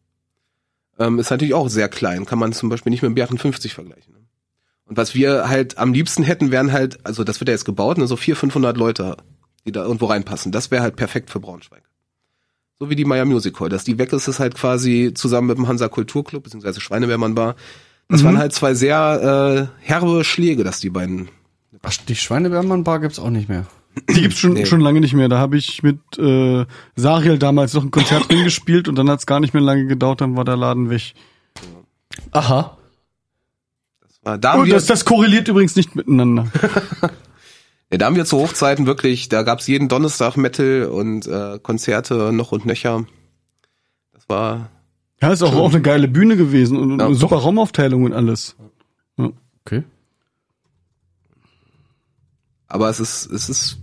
[SPEAKER 1] Ähm, ist natürlich auch sehr klein, kann man zum Beispiel nicht mit dem B58 vergleichen. ne? Und was wir halt am liebsten hätten, wären halt, also das wird ja jetzt gebaut, ne, so 400, 500 Leute, die da irgendwo reinpassen. Das wäre halt perfekt für Braunschweig. So wie die Meier Music Hall. Dass die weg ist, ist halt quasi zusammen mit dem Hansa Kulturclub, beziehungsweise Schweinewehrmann war. Das waren halt zwei sehr äh, herbe Schläge, dass die beiden
[SPEAKER 5] Ach, die Schweinebärmann-Bar gibt's auch nicht mehr.
[SPEAKER 2] Die gibt's schon,
[SPEAKER 1] Nee.
[SPEAKER 2] schon lange nicht mehr. Da habe ich mit äh, Sariel damals noch ein Konzert drin gespielt und dann hat's gar nicht mehr lange gedauert, dann war der Laden weg.
[SPEAKER 5] Aha.
[SPEAKER 1] äh, da haben
[SPEAKER 2] Und
[SPEAKER 1] wir-
[SPEAKER 2] das, das korreliert übrigens nicht miteinander.
[SPEAKER 1] Ja, da haben wir zu Hochzeiten wirklich, da gab's jeden Donnerstag Metal und äh, Konzerte noch und nöcher. Das war,
[SPEAKER 2] Ja, ist auch, auch eine geile Bühne gewesen und
[SPEAKER 1] Ja,
[SPEAKER 2] eine super Raumaufteilung und alles.
[SPEAKER 5] Okay.
[SPEAKER 1] Aber es ist, es ist,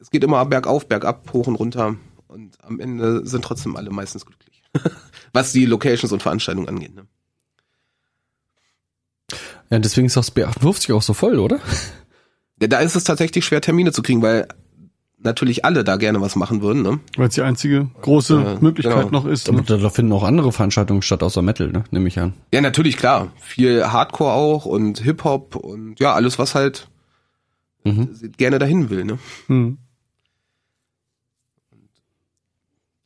[SPEAKER 1] es geht immer bergauf, bergab, hoch und runter. Und am Ende sind trotzdem alle meistens glücklich. Was die Locations und Veranstaltungen angeht. Ne?
[SPEAKER 5] Ja, deswegen ist das B58 auch so voll, oder?
[SPEAKER 1] Ja, Da ist es tatsächlich schwer, Termine zu kriegen, weil natürlich alle da gerne was machen würden. Ne?
[SPEAKER 2] Weil es die einzige große
[SPEAKER 1] Äh,
[SPEAKER 2] Möglichkeit
[SPEAKER 1] genau.
[SPEAKER 2] noch ist.
[SPEAKER 5] Aber
[SPEAKER 2] Ne?
[SPEAKER 5] da da finden auch andere Veranstaltungen statt, außer Metal, ne? Nehme ich an.
[SPEAKER 1] Ja, natürlich, klar. Viel Hardcore auch und Hip-Hop und ja, alles, was halt
[SPEAKER 5] Mhm.
[SPEAKER 1] gerne dahin will. Ne?
[SPEAKER 2] Hm.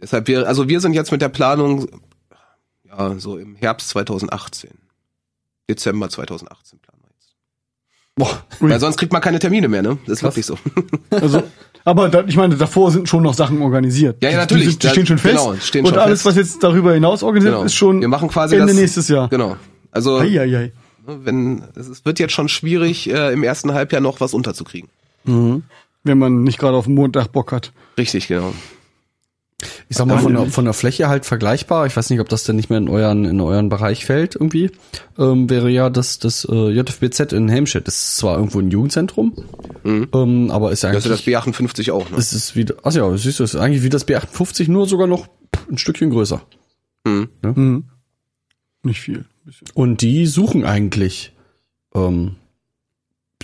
[SPEAKER 1] Deshalb, wir, also wir sind jetzt mit der Planung ja, so im Herbst 2018. Dezember 2018 planen wir jetzt.
[SPEAKER 5] Boah.
[SPEAKER 2] Ui.
[SPEAKER 1] Weil sonst kriegt man keine Termine mehr, ne? Das ist
[SPEAKER 5] Krass.
[SPEAKER 1] wirklich so.
[SPEAKER 2] Also, aber da, ich meine, davor sind schon noch Sachen organisiert.
[SPEAKER 1] Ja, ja,
[SPEAKER 2] Die-
[SPEAKER 1] natürlich.
[SPEAKER 2] Die, sind, die
[SPEAKER 1] Da-
[SPEAKER 2] stehen schon fest.
[SPEAKER 1] genau, stehen
[SPEAKER 2] und
[SPEAKER 1] schon
[SPEAKER 2] alles,
[SPEAKER 1] fest.
[SPEAKER 2] was jetzt darüber hinaus organisiert,
[SPEAKER 1] Genau.
[SPEAKER 2] ist schon
[SPEAKER 1] Wir machen quasi
[SPEAKER 2] Ende
[SPEAKER 1] das-
[SPEAKER 2] nächstes Jahr.
[SPEAKER 1] Genau. Also,
[SPEAKER 2] Ei, ei, ei.
[SPEAKER 1] wenn es ist- wird jetzt schon schwierig, äh, im ersten Halbjahr noch was unterzukriegen.
[SPEAKER 2] Wenn man nicht gerade auf den Montag Bock hat.
[SPEAKER 1] Richtig, genau.
[SPEAKER 5] Ich sag mal, von der, von der Fläche halt vergleichbar. Ich weiß nicht, ob das denn nicht mehr in euren, in euren Bereich fällt irgendwie. Ähm, wäre ja das, das äh, JFBZ in Helmstedt. Das ist zwar irgendwo ein Jugendzentrum, ähm, aber ist ja
[SPEAKER 1] Das ist
[SPEAKER 5] eigentlich.
[SPEAKER 1] das B58 auch, ne?
[SPEAKER 5] es ist wie, ach ja, siehst du, es ist eigentlich wie das B58, nur sogar noch ein Stückchen größer.
[SPEAKER 1] Mhm.
[SPEAKER 2] Hm. Nicht viel. Bisschen.
[SPEAKER 5] Und die suchen eigentlich, ähm,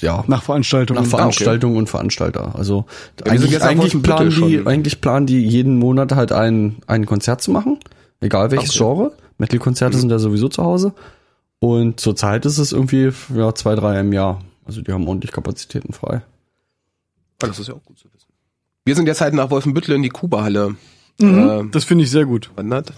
[SPEAKER 5] ja,
[SPEAKER 2] Nach Veranstaltungen.
[SPEAKER 5] nach Veranstaltungen und Veranstalter. Also
[SPEAKER 1] wir sind
[SPEAKER 5] eigentlich,
[SPEAKER 1] jetzt auf
[SPEAKER 5] eigentlich,
[SPEAKER 1] Wolfenbüttel
[SPEAKER 5] planen die,
[SPEAKER 1] schon.
[SPEAKER 5] eigentlich planen die jeden Monat halt ein, ein Konzert zu machen, egal welches
[SPEAKER 1] Okay. Mhm.
[SPEAKER 5] Genre. Metal-Konzerte sind ja sowieso zu Hause. Und zurzeit ist es irgendwie ja, zwei, drei im Jahr. Also die haben ordentlich Kapazitäten frei.
[SPEAKER 1] Ah, Das ist ja auch gut zu wissen. Wir sind jetzt halt nach Wolfenbüttel in die Kuba-Halle äh,
[SPEAKER 2] Mhm. Das finde ich sehr gut.
[SPEAKER 1] gewandert.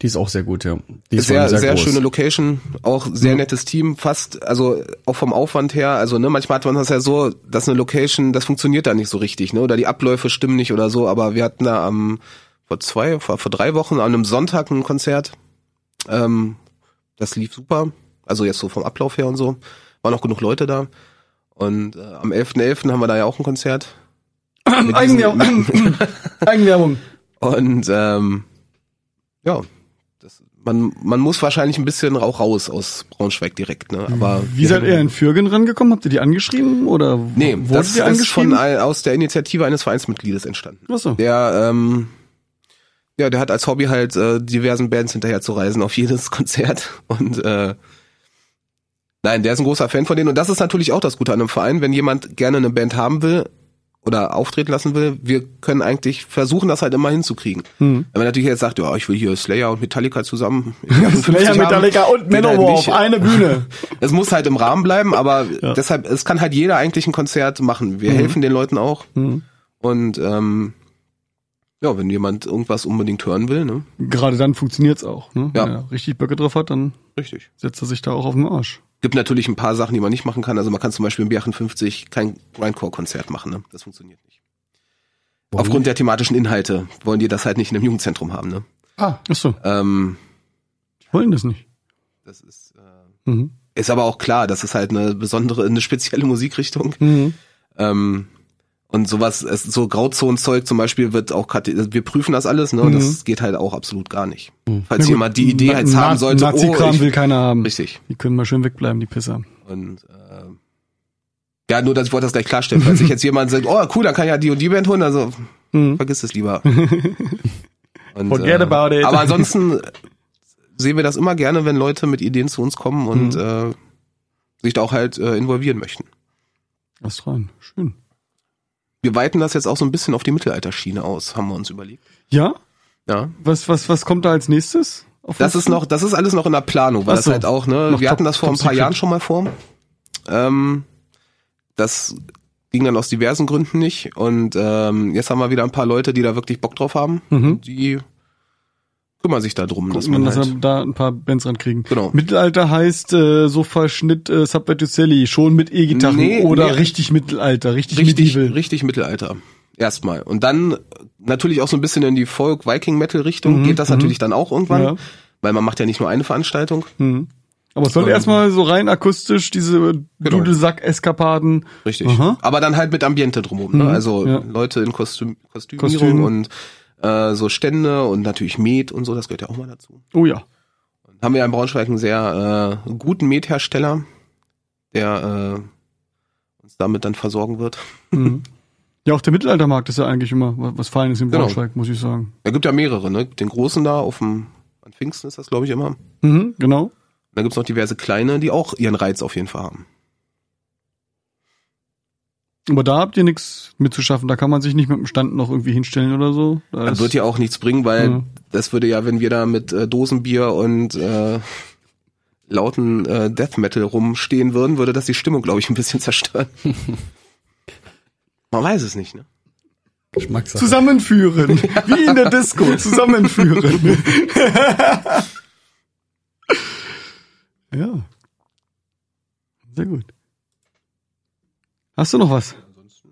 [SPEAKER 5] Die ist auch sehr gut, ja. Die ist vor allem
[SPEAKER 1] sehr, sehr,
[SPEAKER 5] groß.
[SPEAKER 1] schöne Location, auch sehr nettes Team, fast, also auch vom Aufwand her, also ne, manchmal hat man das ja so, dass eine Location, das funktioniert da nicht so richtig, ne? Oder die Abläufe stimmen nicht oder so, aber wir hatten da am vor zwei, vor, vor drei Wochen an einem Sonntag ein Konzert. Ähm, das lief super. Also jetzt so vom Ablauf her und so. Waren auch genug Leute da. Und äh, am 11.11. haben wir da ja auch ein Konzert. Mit diesen-
[SPEAKER 2] Eigenwerbung. Eigenwerbung.
[SPEAKER 1] und ähm, ja, das, man, man muss wahrscheinlich ein bisschen auch raus aus Braunschweig direkt, ne? Aber
[SPEAKER 2] Wie seid ihr in Fürgen rangekommen? Habt ihr die angeschrieben oder w-
[SPEAKER 1] nee,
[SPEAKER 2] wurdet
[SPEAKER 1] das
[SPEAKER 2] ihr
[SPEAKER 1] ist von
[SPEAKER 2] angeschrieben?
[SPEAKER 1] ein, aus der Initiative eines Vereinsmitgliedes entstanden.
[SPEAKER 2] Achso.
[SPEAKER 1] Der ähm, ja, der hat als Hobby halt äh, diversen Bands hinterher zu reisen auf jedes Konzert und äh, nein, der ist ein großer Fan von denen und das ist natürlich auch das Gute an einem Verein, wenn jemand gerne eine Band haben will oder auftreten lassen will, wir können eigentlich versuchen, das halt immer hinzukriegen.
[SPEAKER 2] Hm.
[SPEAKER 1] Wenn man natürlich jetzt sagt, ja, ich will hier Slayer und Metallica zusammen.
[SPEAKER 2] Slayer, Metallica und Manowar auf eine Bühne.
[SPEAKER 1] halt Es muss halt im Rahmen bleiben, aber
[SPEAKER 2] Ja. Mhm.
[SPEAKER 1] deshalb, es kann halt jeder eigentlich ein Konzert machen. Wir helfen den Leuten auch.
[SPEAKER 2] Hm.
[SPEAKER 1] Und ähm, ja, wenn jemand irgendwas unbedingt hören will, ne?
[SPEAKER 2] Gerade dann funktioniert's auch. Ne?
[SPEAKER 1] Ja.
[SPEAKER 2] Wenn er richtig Böcke drauf hat, dann
[SPEAKER 1] Richtig.
[SPEAKER 2] setzt er sich da auch auf den Arsch.
[SPEAKER 1] Gibt natürlich ein paar Sachen, die man nicht machen kann. Also man kann zum Beispiel im B58 kein Grindcore-Konzert machen, ne? Das funktioniert nicht. Aufgrund der thematischen Inhalte wollen die das halt nicht in einem Jugendzentrum haben, ne?
[SPEAKER 5] Ah,
[SPEAKER 2] Achso,
[SPEAKER 1] Ähm,
[SPEAKER 2] die wollen das nicht.
[SPEAKER 1] das ist. Äh,
[SPEAKER 2] Mhm.
[SPEAKER 1] Ist aber auch klar, das ist halt eine besondere, eine spezielle Musikrichtung.
[SPEAKER 2] Mhm.
[SPEAKER 1] Ähm, und sowas, es, so Grauzonenzeug zum Beispiel wird auch, kate- wir prüfen das alles, ne? Und
[SPEAKER 2] Mhm.
[SPEAKER 1] das geht halt auch absolut gar nicht. Falls
[SPEAKER 2] Na gut,
[SPEAKER 1] jemand die Idee
[SPEAKER 2] Na-
[SPEAKER 1] jetzt haben
[SPEAKER 2] Na-
[SPEAKER 1] sollte, oh,
[SPEAKER 2] Nazi-Kram
[SPEAKER 1] ich,
[SPEAKER 2] will keiner haben.
[SPEAKER 1] richtig.
[SPEAKER 2] Die können mal schön wegbleiben, die Pisser.
[SPEAKER 1] Und äh, ja, nur, dass ich wollte das gleich klarstellen, falls sich jetzt jemand sagt, oh cool, dann kann ich ja die und die Band holen, also
[SPEAKER 2] Mhm.
[SPEAKER 1] vergiss es lieber. Und, äh,
[SPEAKER 2] Forget about it.
[SPEAKER 1] Aber ansonsten sehen wir das immer gerne, wenn Leute mit Ideen zu uns kommen
[SPEAKER 2] Mhm.
[SPEAKER 1] und äh, sich da auch halt äh, involvieren möchten.
[SPEAKER 2] Was rein. Schön.
[SPEAKER 1] Wir weiten das jetzt auch so ein bisschen auf die Mittelalterschiene aus, haben wir uns überlegt.
[SPEAKER 2] Ja?
[SPEAKER 1] Ja.
[SPEAKER 2] Was, was, was kommt da als nächstes? Auf
[SPEAKER 1] Das
[SPEAKER 2] uns
[SPEAKER 1] ist
[SPEAKER 2] zu?
[SPEAKER 1] noch, das ist alles noch in der Planung,
[SPEAKER 2] Ach
[SPEAKER 1] weil das
[SPEAKER 2] so.
[SPEAKER 1] halt auch, ne,
[SPEAKER 2] Noch
[SPEAKER 1] wir
[SPEAKER 2] top-
[SPEAKER 1] hatten das vor
[SPEAKER 2] top
[SPEAKER 1] ein paar
[SPEAKER 2] secret.
[SPEAKER 1] Jahren schon mal vor. Ähm, das ging dann aus diversen Gründen nicht und ähm, jetzt haben wir wieder ein paar Leute, die da wirklich Bock drauf haben.
[SPEAKER 2] Mhm.
[SPEAKER 1] Die kümmern sich da drum, dass
[SPEAKER 2] Gucken,
[SPEAKER 1] man
[SPEAKER 2] dass
[SPEAKER 1] halt,
[SPEAKER 2] wir da ein paar Bands rankriegen.
[SPEAKER 1] Genau.
[SPEAKER 2] Mittelalter heißt äh, Sofa-Schnitt äh, Subway to Sally, schon mit E-Gitarren
[SPEAKER 1] Nee,
[SPEAKER 2] oder
[SPEAKER 1] nee.
[SPEAKER 2] richtig Mittelalter, richtig,
[SPEAKER 1] richtig,
[SPEAKER 2] Medieval.
[SPEAKER 1] richtig Mittelalter. Erstmal. Und dann natürlich auch so ein bisschen in die Folk-Viking-Metal-Richtung geht das natürlich dann auch irgendwann,
[SPEAKER 2] Mhm, Ja.
[SPEAKER 1] weil man macht ja nicht nur eine Veranstaltung.
[SPEAKER 2] Mhm. Aber es soll erstmal so rein akustisch diese
[SPEAKER 1] Genau.
[SPEAKER 2] Dudelsack-Eskapaden.
[SPEAKER 1] Richtig.
[SPEAKER 2] Aha.
[SPEAKER 1] Aber dann halt mit Ambiente drumherum. Ne?
[SPEAKER 2] Mhm,
[SPEAKER 1] Also
[SPEAKER 2] ja.
[SPEAKER 1] Leute in Kostüm Kostümierung
[SPEAKER 2] Kostüm.
[SPEAKER 1] und äh, so Stände und natürlich Met und so, das gehört ja auch mal dazu.
[SPEAKER 2] Oh ja.
[SPEAKER 1] Und haben wir ja in Braunschweig einen sehr äh, guten Methersteller, der äh, uns damit dann versorgen wird.
[SPEAKER 2] Mhm. Ja, auch der Mittelaltermarkt ist ja eigentlich immer wa- was Feines in
[SPEAKER 1] Genau.
[SPEAKER 2] Braunschweig, muss ich sagen.
[SPEAKER 1] Da gibt ja mehrere, ne? Den großen da auf dem, an Pfingsten ist das, glaube ich, immer. Und
[SPEAKER 2] Mhm, genau.
[SPEAKER 1] dann gibt's noch diverse kleine, die auch ihren Reiz auf jeden Fall haben.
[SPEAKER 2] Aber da habt ihr nichts mitzuschaffen. Da kann man sich nicht mit dem Stand noch irgendwie hinstellen oder so. Da
[SPEAKER 1] Das
[SPEAKER 2] ist-
[SPEAKER 1] wird ja auch nichts bringen, weil
[SPEAKER 2] Ja.
[SPEAKER 1] das würde ja, wenn wir da mit äh, Dosenbier und äh, lauten äh, Death Metal rumstehen würden, würde das die Stimmung, glaube ich, ein bisschen zerstören. Man weiß es nicht, ne?
[SPEAKER 5] Geschmackssache.
[SPEAKER 2] Zusammenführen. Wie in der Disco. Zusammenführen. ja. Sehr gut. Hast du noch was?
[SPEAKER 1] Ansonsten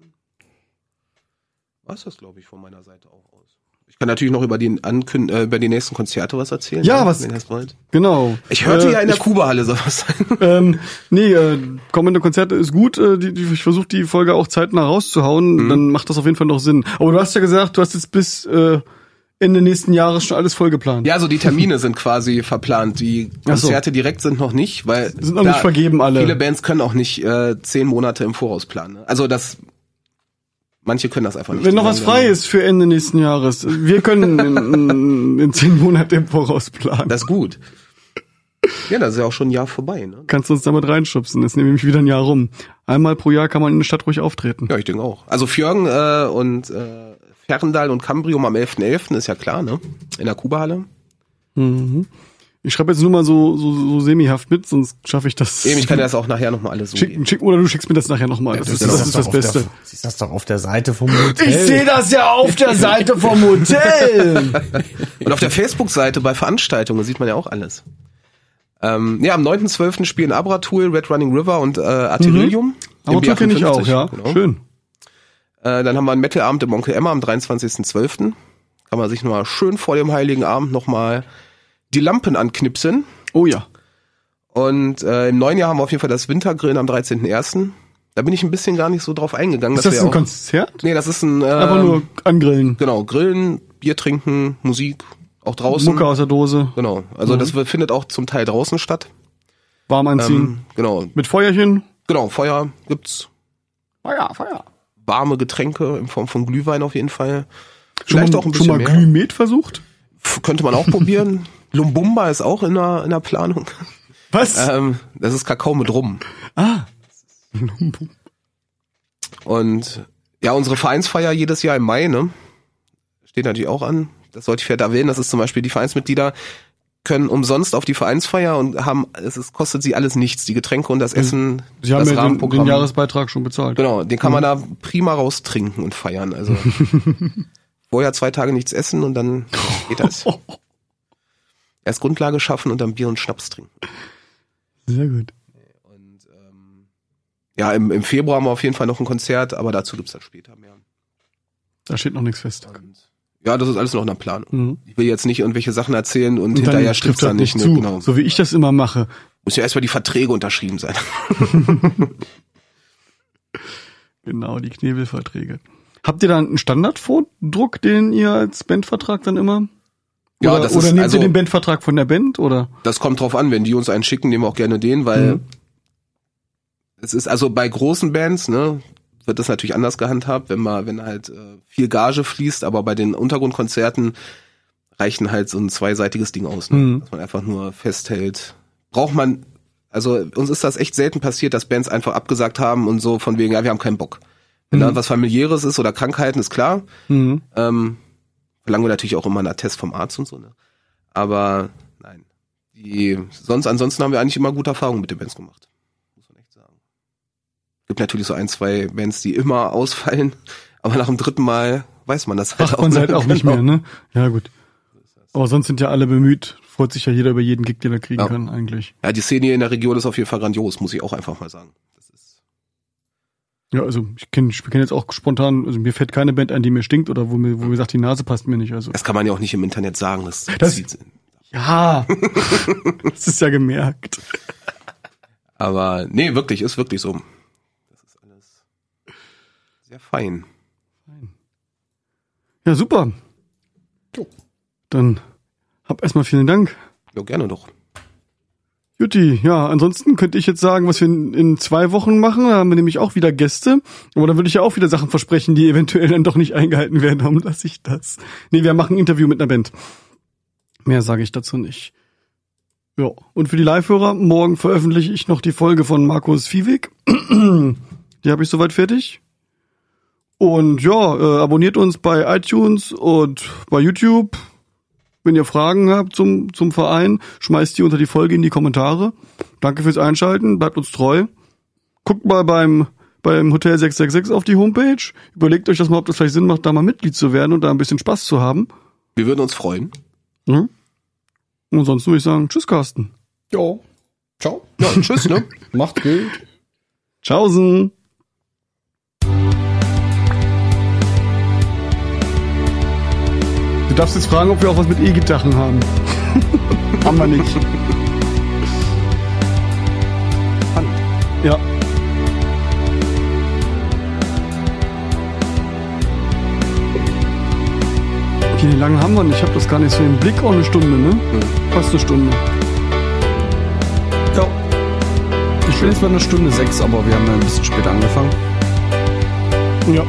[SPEAKER 1] war das, glaube ich, von meiner Seite auch aus. Ich kann natürlich noch über die, Ankün äh, über die nächsten Konzerte was erzählen. ne,
[SPEAKER 2] Ja, was-
[SPEAKER 1] Wenn ihr das wollt.
[SPEAKER 2] Genau.
[SPEAKER 1] Ich hörte
[SPEAKER 2] Äh,
[SPEAKER 1] ja in der
[SPEAKER 2] ich-
[SPEAKER 1] Kuba-Halle soll was sein.
[SPEAKER 2] ähm, nee, äh, kommende Konzerte ist gut. Äh, die, die, ich versuche die Folge auch zeitnah rauszuhauen. Dann macht das auf jeden Fall noch Sinn. Aber du hast ja gesagt, du hast jetzt bis äh, Ende nächsten Jahres schon alles voll geplant.
[SPEAKER 1] Ja, also die Termine sind quasi verplant. Die
[SPEAKER 2] Ach so.
[SPEAKER 1] Konzerte direkt sind noch nicht, weil
[SPEAKER 2] Sind noch nicht vergeben alle.
[SPEAKER 1] Viele Bands können auch nicht äh, zehn Monate im Voraus planen. ne? Also das, manche können das einfach nicht.
[SPEAKER 2] Wenn noch
[SPEAKER 1] Die
[SPEAKER 2] was
[SPEAKER 1] sagen
[SPEAKER 2] frei
[SPEAKER 1] dann,
[SPEAKER 2] ist für Ende nächsten Jahres, wir können in, in, in zehn Monaten im Voraus planen.
[SPEAKER 1] Das ist gut. Ja, das ist ja auch schon ein Jahr vorbei. Ne?
[SPEAKER 2] Kannst du uns damit reinschubsen? Ist nämlich wieder ein Jahr rum. Einmal pro Jahr kann man in der Stadt ruhig auftreten.
[SPEAKER 1] Ja, ich denke auch. Also Fjörgen äh, und äh, Ferndal und Cambrium am 11.11. ist ja klar, ne? In der Kuba-Halle.
[SPEAKER 2] Ich schreibe jetzt nur mal so, so, so semihaft mit, sonst schaffe ich das.
[SPEAKER 1] Eben, ich kann das auch nachher nochmal alles so
[SPEAKER 2] schick, schick, oder du schickst mir das nachher nochmal. das, ist,
[SPEAKER 5] siehst
[SPEAKER 2] das, ist das
[SPEAKER 5] doch auf
[SPEAKER 2] Beste.
[SPEAKER 5] Der, siehst das doch auf der Seite vom Hotel.
[SPEAKER 2] seh das ja auf der Seite vom Hotel.
[SPEAKER 1] Und auf der Facebook-Seite bei Veranstaltungen sieht man ja auch alles. Ähm, ja, am 9.12. spielen Abratool, Red Running River und äh, Artillerillium. im
[SPEAKER 2] Aber
[SPEAKER 1] B58,
[SPEAKER 2] Tour kenne Mhm. ich auch, ja.
[SPEAKER 1] genau.
[SPEAKER 2] Schön.
[SPEAKER 1] Äh, dann haben wir einen Metal-Abend im Onkel Emma am 23.12. Kann man sich nochmal schön vor dem Heiligen Abend nochmal die Lampen anknipsen.
[SPEAKER 2] Oh ja.
[SPEAKER 1] Und äh, im neuen Jahr haben wir auf jeden Fall das Wintergrillen am 13.01. Da bin ich ein bisschen gar nicht so drauf eingegangen.
[SPEAKER 2] Ist das
[SPEAKER 1] wir
[SPEAKER 2] ein
[SPEAKER 1] auch-
[SPEAKER 2] Konzert?
[SPEAKER 1] Nee, das ist ein... Äh,
[SPEAKER 2] Einfach nur angrillen.
[SPEAKER 1] Genau, Grillen, Bier trinken, Musik, auch draußen.
[SPEAKER 2] Mucke aus der Dose,
[SPEAKER 1] Genau, also das
[SPEAKER 2] Mhm.
[SPEAKER 1] wird- findet auch zum Teil draußen statt.
[SPEAKER 2] warm anziehen.
[SPEAKER 1] Ähm, genau,
[SPEAKER 2] Mit Feuerchen.
[SPEAKER 1] genau, Feuer gibt's,
[SPEAKER 2] Feuer, Feuer.
[SPEAKER 1] warme Getränke in Form von Glühwein auf jeden Fall.
[SPEAKER 2] Schon
[SPEAKER 1] Vielleicht
[SPEAKER 2] mal,
[SPEAKER 1] auch ein
[SPEAKER 2] schon
[SPEAKER 1] bisschen
[SPEAKER 2] mal
[SPEAKER 1] mehr.
[SPEAKER 2] Glühmet versucht?
[SPEAKER 1] F- Könnte man auch probieren. Lumbumba ist auch in der, in der Planung.
[SPEAKER 2] Was?
[SPEAKER 1] Ähm, das ist Kakao mit Rum.
[SPEAKER 2] ah.
[SPEAKER 1] Und ja, unsere Vereinsfeier jedes Jahr im Mai, ne? Steht natürlich auch an. Das sollte ich vielleicht erwähnen. Das ist zum Beispiel, die Vereinsmitglieder können umsonst auf die Vereinsfeier und haben, es ist, kostet sie alles nichts. Die Getränke und das Essen,
[SPEAKER 2] Mhm. Sie haben
[SPEAKER 1] das
[SPEAKER 2] ja den, Mhm. den Jahresbeitrag schon bezahlt.
[SPEAKER 1] Genau, den kann man da prima raustrinken und feiern. Also vorher zwei Tage nichts essen und dann geht das. Erst Grundlage schaffen und dann Bier und Schnaps trinken.
[SPEAKER 2] Sehr gut.
[SPEAKER 1] Und ähm, ja, im, im Februar haben wir auf jeden Fall noch ein Konzert, aber dazu gibt's dann später mehr.
[SPEAKER 2] Da steht noch nichts fest.
[SPEAKER 1] Und, ja, das ist alles noch in der Planung.
[SPEAKER 2] Mhm.
[SPEAKER 1] Ich will jetzt nicht irgendwelche Sachen erzählen und,
[SPEAKER 2] Und
[SPEAKER 1] hinterher
[SPEAKER 2] dann
[SPEAKER 1] stimmt's
[SPEAKER 2] trifft das
[SPEAKER 1] dann
[SPEAKER 2] nicht
[SPEAKER 1] nicht.
[SPEAKER 2] zu,
[SPEAKER 1] ne? Genau.
[SPEAKER 2] so wie ich das immer mache.
[SPEAKER 1] Muss ja erstmal die Verträge unterschrieben sein.
[SPEAKER 2] Genau, die Knebelverträge. Habt ihr da einen Standardvordruck, den ihr als Bandvertrag dann immer?
[SPEAKER 1] Ja,
[SPEAKER 2] oder,
[SPEAKER 1] das
[SPEAKER 2] oder
[SPEAKER 1] ist-
[SPEAKER 2] nehmt
[SPEAKER 1] also-
[SPEAKER 2] ihr den Bandvertrag von der Band oder?
[SPEAKER 1] Das kommt drauf an, wenn die uns einen schicken, nehmen wir auch gerne den, weil
[SPEAKER 2] Mhm.
[SPEAKER 1] es ist also bei großen Bands, ne, wird das natürlich anders gehandhabt, wenn man, wenn halt äh, viel Gage fließt, aber bei den Untergrundkonzerten reichen halt so ein zweiseitiges Ding aus, ne?
[SPEAKER 2] Mhm.
[SPEAKER 1] dass man einfach nur festhält. Braucht man, also uns ist das echt selten passiert, dass Bands einfach abgesagt haben und so von wegen, ja, wir haben keinen Bock. Wenn da was familiäres ist oder Krankheiten, ist klar.
[SPEAKER 2] Mhm.
[SPEAKER 1] Ähm, verlangen wir natürlich auch immer einen Attest vom Arzt und so, ne? Aber nein. Die, sonst, ansonsten haben wir eigentlich immer gute Erfahrungen mit den Bands gemacht. Muss man echt sagen. Gibt natürlich so ein, zwei Bands, die immer ausfallen, aber nach dem dritten Mal weiß man das
[SPEAKER 2] Ach, man
[SPEAKER 1] ne?
[SPEAKER 2] seid auch nicht
[SPEAKER 1] Genau.
[SPEAKER 2] mehr, ne? Ja, gut. Aber sonst sind ja alle bemüht. Freut sich ja jeder über jeden Gig, den er kriegen
[SPEAKER 1] Ja.
[SPEAKER 2] kann, eigentlich.
[SPEAKER 1] Ja, die Szene hier in der Region ist auf jeden Fall grandios, muss ich auch einfach mal sagen. Das ist,
[SPEAKER 2] Ja, also ich kenne ich kenn jetzt auch spontan, also mir fällt keine Band ein, die mir stinkt oder wo mir, wo mir sagt, die Nase passt mir nicht. Also
[SPEAKER 1] das kann man ja auch nicht im Internet sagen. Das,
[SPEAKER 2] Das-
[SPEAKER 1] zieht-
[SPEAKER 2] Ja, das ist ja gemerkt.
[SPEAKER 1] aber nee, wirklich, ist wirklich so. Das ist alles sehr fein.
[SPEAKER 2] Ja, super. Dann hab erstmal vielen Dank.
[SPEAKER 1] Ja, gerne doch.
[SPEAKER 2] Jutti, ja, ansonsten könnte ich jetzt sagen, was wir in, in zwei Wochen machen. Da haben wir nämlich auch wieder Gäste. Aber dann würde ich ja auch wieder Sachen versprechen, die eventuell dann doch nicht eingehalten werden. Darum lasse ich das. Nee, wir machen ein Interview mit einer Band. Mehr sage ich dazu nicht. Ja, und für die Live-Hörer, morgen veröffentliche ich noch die Folge von Markus Vieweg. Die habe ich soweit fertig. Und ja, äh, abonniert uns bei iTunes und bei YouTube. Wenn ihr Fragen habt zum, zum Verein, schmeißt die unter die Folge in die Kommentare. Danke fürs Einschalten, bleibt uns treu. Guckt mal beim, beim Hotel 666 auf die Homepage. Überlegt euch das mal, ob das vielleicht Sinn macht, da mal Mitglied zu werden und da ein bisschen Spaß zu haben.
[SPEAKER 1] Wir würden uns freuen.
[SPEAKER 2] Mhm. Und ansonsten würde ich sagen, tschüss Carsten.
[SPEAKER 5] Ja. Ciao.
[SPEAKER 1] Ja, tschüss, ne?
[SPEAKER 5] Macht gut.
[SPEAKER 2] Tschaußen. Du darfst jetzt fragen, ob wir auch was mit E-Gitarren haben. haben wir nicht. Ja. Okay, wie lange haben wir denn? Ich habe das gar nicht so im Blick. Auch eine Stunde, ne? Fast eine Stunde.
[SPEAKER 5] Ja. Ich bin jetzt bei einer Stunde sechs, aber wir haben ja ein bisschen spät angefangen.
[SPEAKER 2] Ja.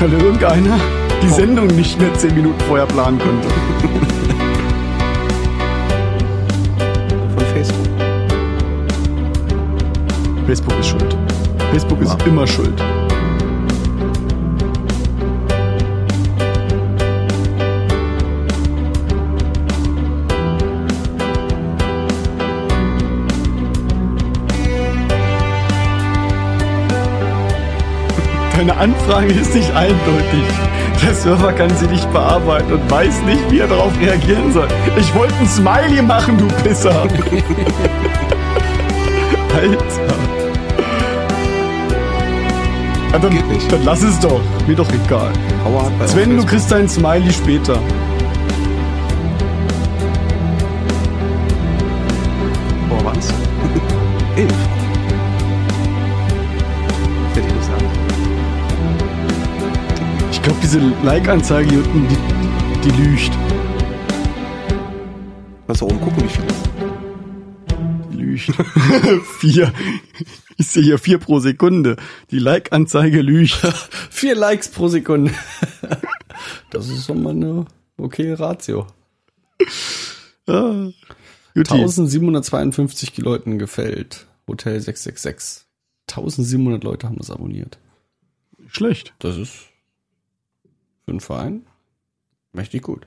[SPEAKER 2] Weil irgendeiner die
[SPEAKER 5] Oh.
[SPEAKER 2] Sendung nicht mehr zehn Minuten vorher planen konnte.
[SPEAKER 1] Von Facebook.
[SPEAKER 2] Facebook ist schuld. Facebook ist
[SPEAKER 1] Ja.
[SPEAKER 2] immer schuld. Deine Anfrage ist nicht eindeutig. Der Server kann sie nicht bearbeiten und weiß nicht, wie er darauf reagieren soll. Ich wollte ein Smiley machen, du Pisser. Alter. Ja, dann,
[SPEAKER 1] Geht nicht.
[SPEAKER 2] dann lass es doch. Mir doch egal.
[SPEAKER 1] Hauer hat bei
[SPEAKER 2] Sven, du kriegst dein Smiley später.
[SPEAKER 1] Boah, was? Elf. Hätte ich gesagt.
[SPEAKER 2] Ich glaube, diese Like-Anzeige hier unten, die, die lügt.
[SPEAKER 1] Lass doch oben gucken, wie viel das ist.
[SPEAKER 2] Die lügt. vier. Ich sehe hier vier pro Sekunde. Die Like-Anzeige lügt.
[SPEAKER 5] Vier Likes pro Sekunde. das ist doch mal eine okay Ratio.
[SPEAKER 2] Ah. Jutti.
[SPEAKER 5] 1752 Leuten gefällt. Hotel 666. 1700 Leute haben das abonniert.
[SPEAKER 2] Schlecht.
[SPEAKER 5] Das ist für einen Verein mächtig gut.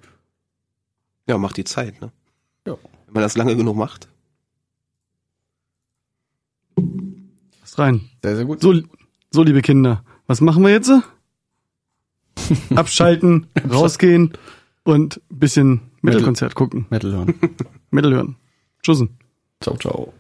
[SPEAKER 1] Ja, macht die Zeit, ne?
[SPEAKER 5] Ja.
[SPEAKER 1] Wenn man das lange genug macht.
[SPEAKER 2] Lass rein.
[SPEAKER 5] Sehr, sehr gut.
[SPEAKER 2] So, so, liebe Kinder, was machen wir jetzt? Abschalten, rausgehen und ein bisschen Metal-Konzert gucken.
[SPEAKER 5] Metal hören.
[SPEAKER 2] Metal hören. Tschüssen.
[SPEAKER 5] ciao, ciao.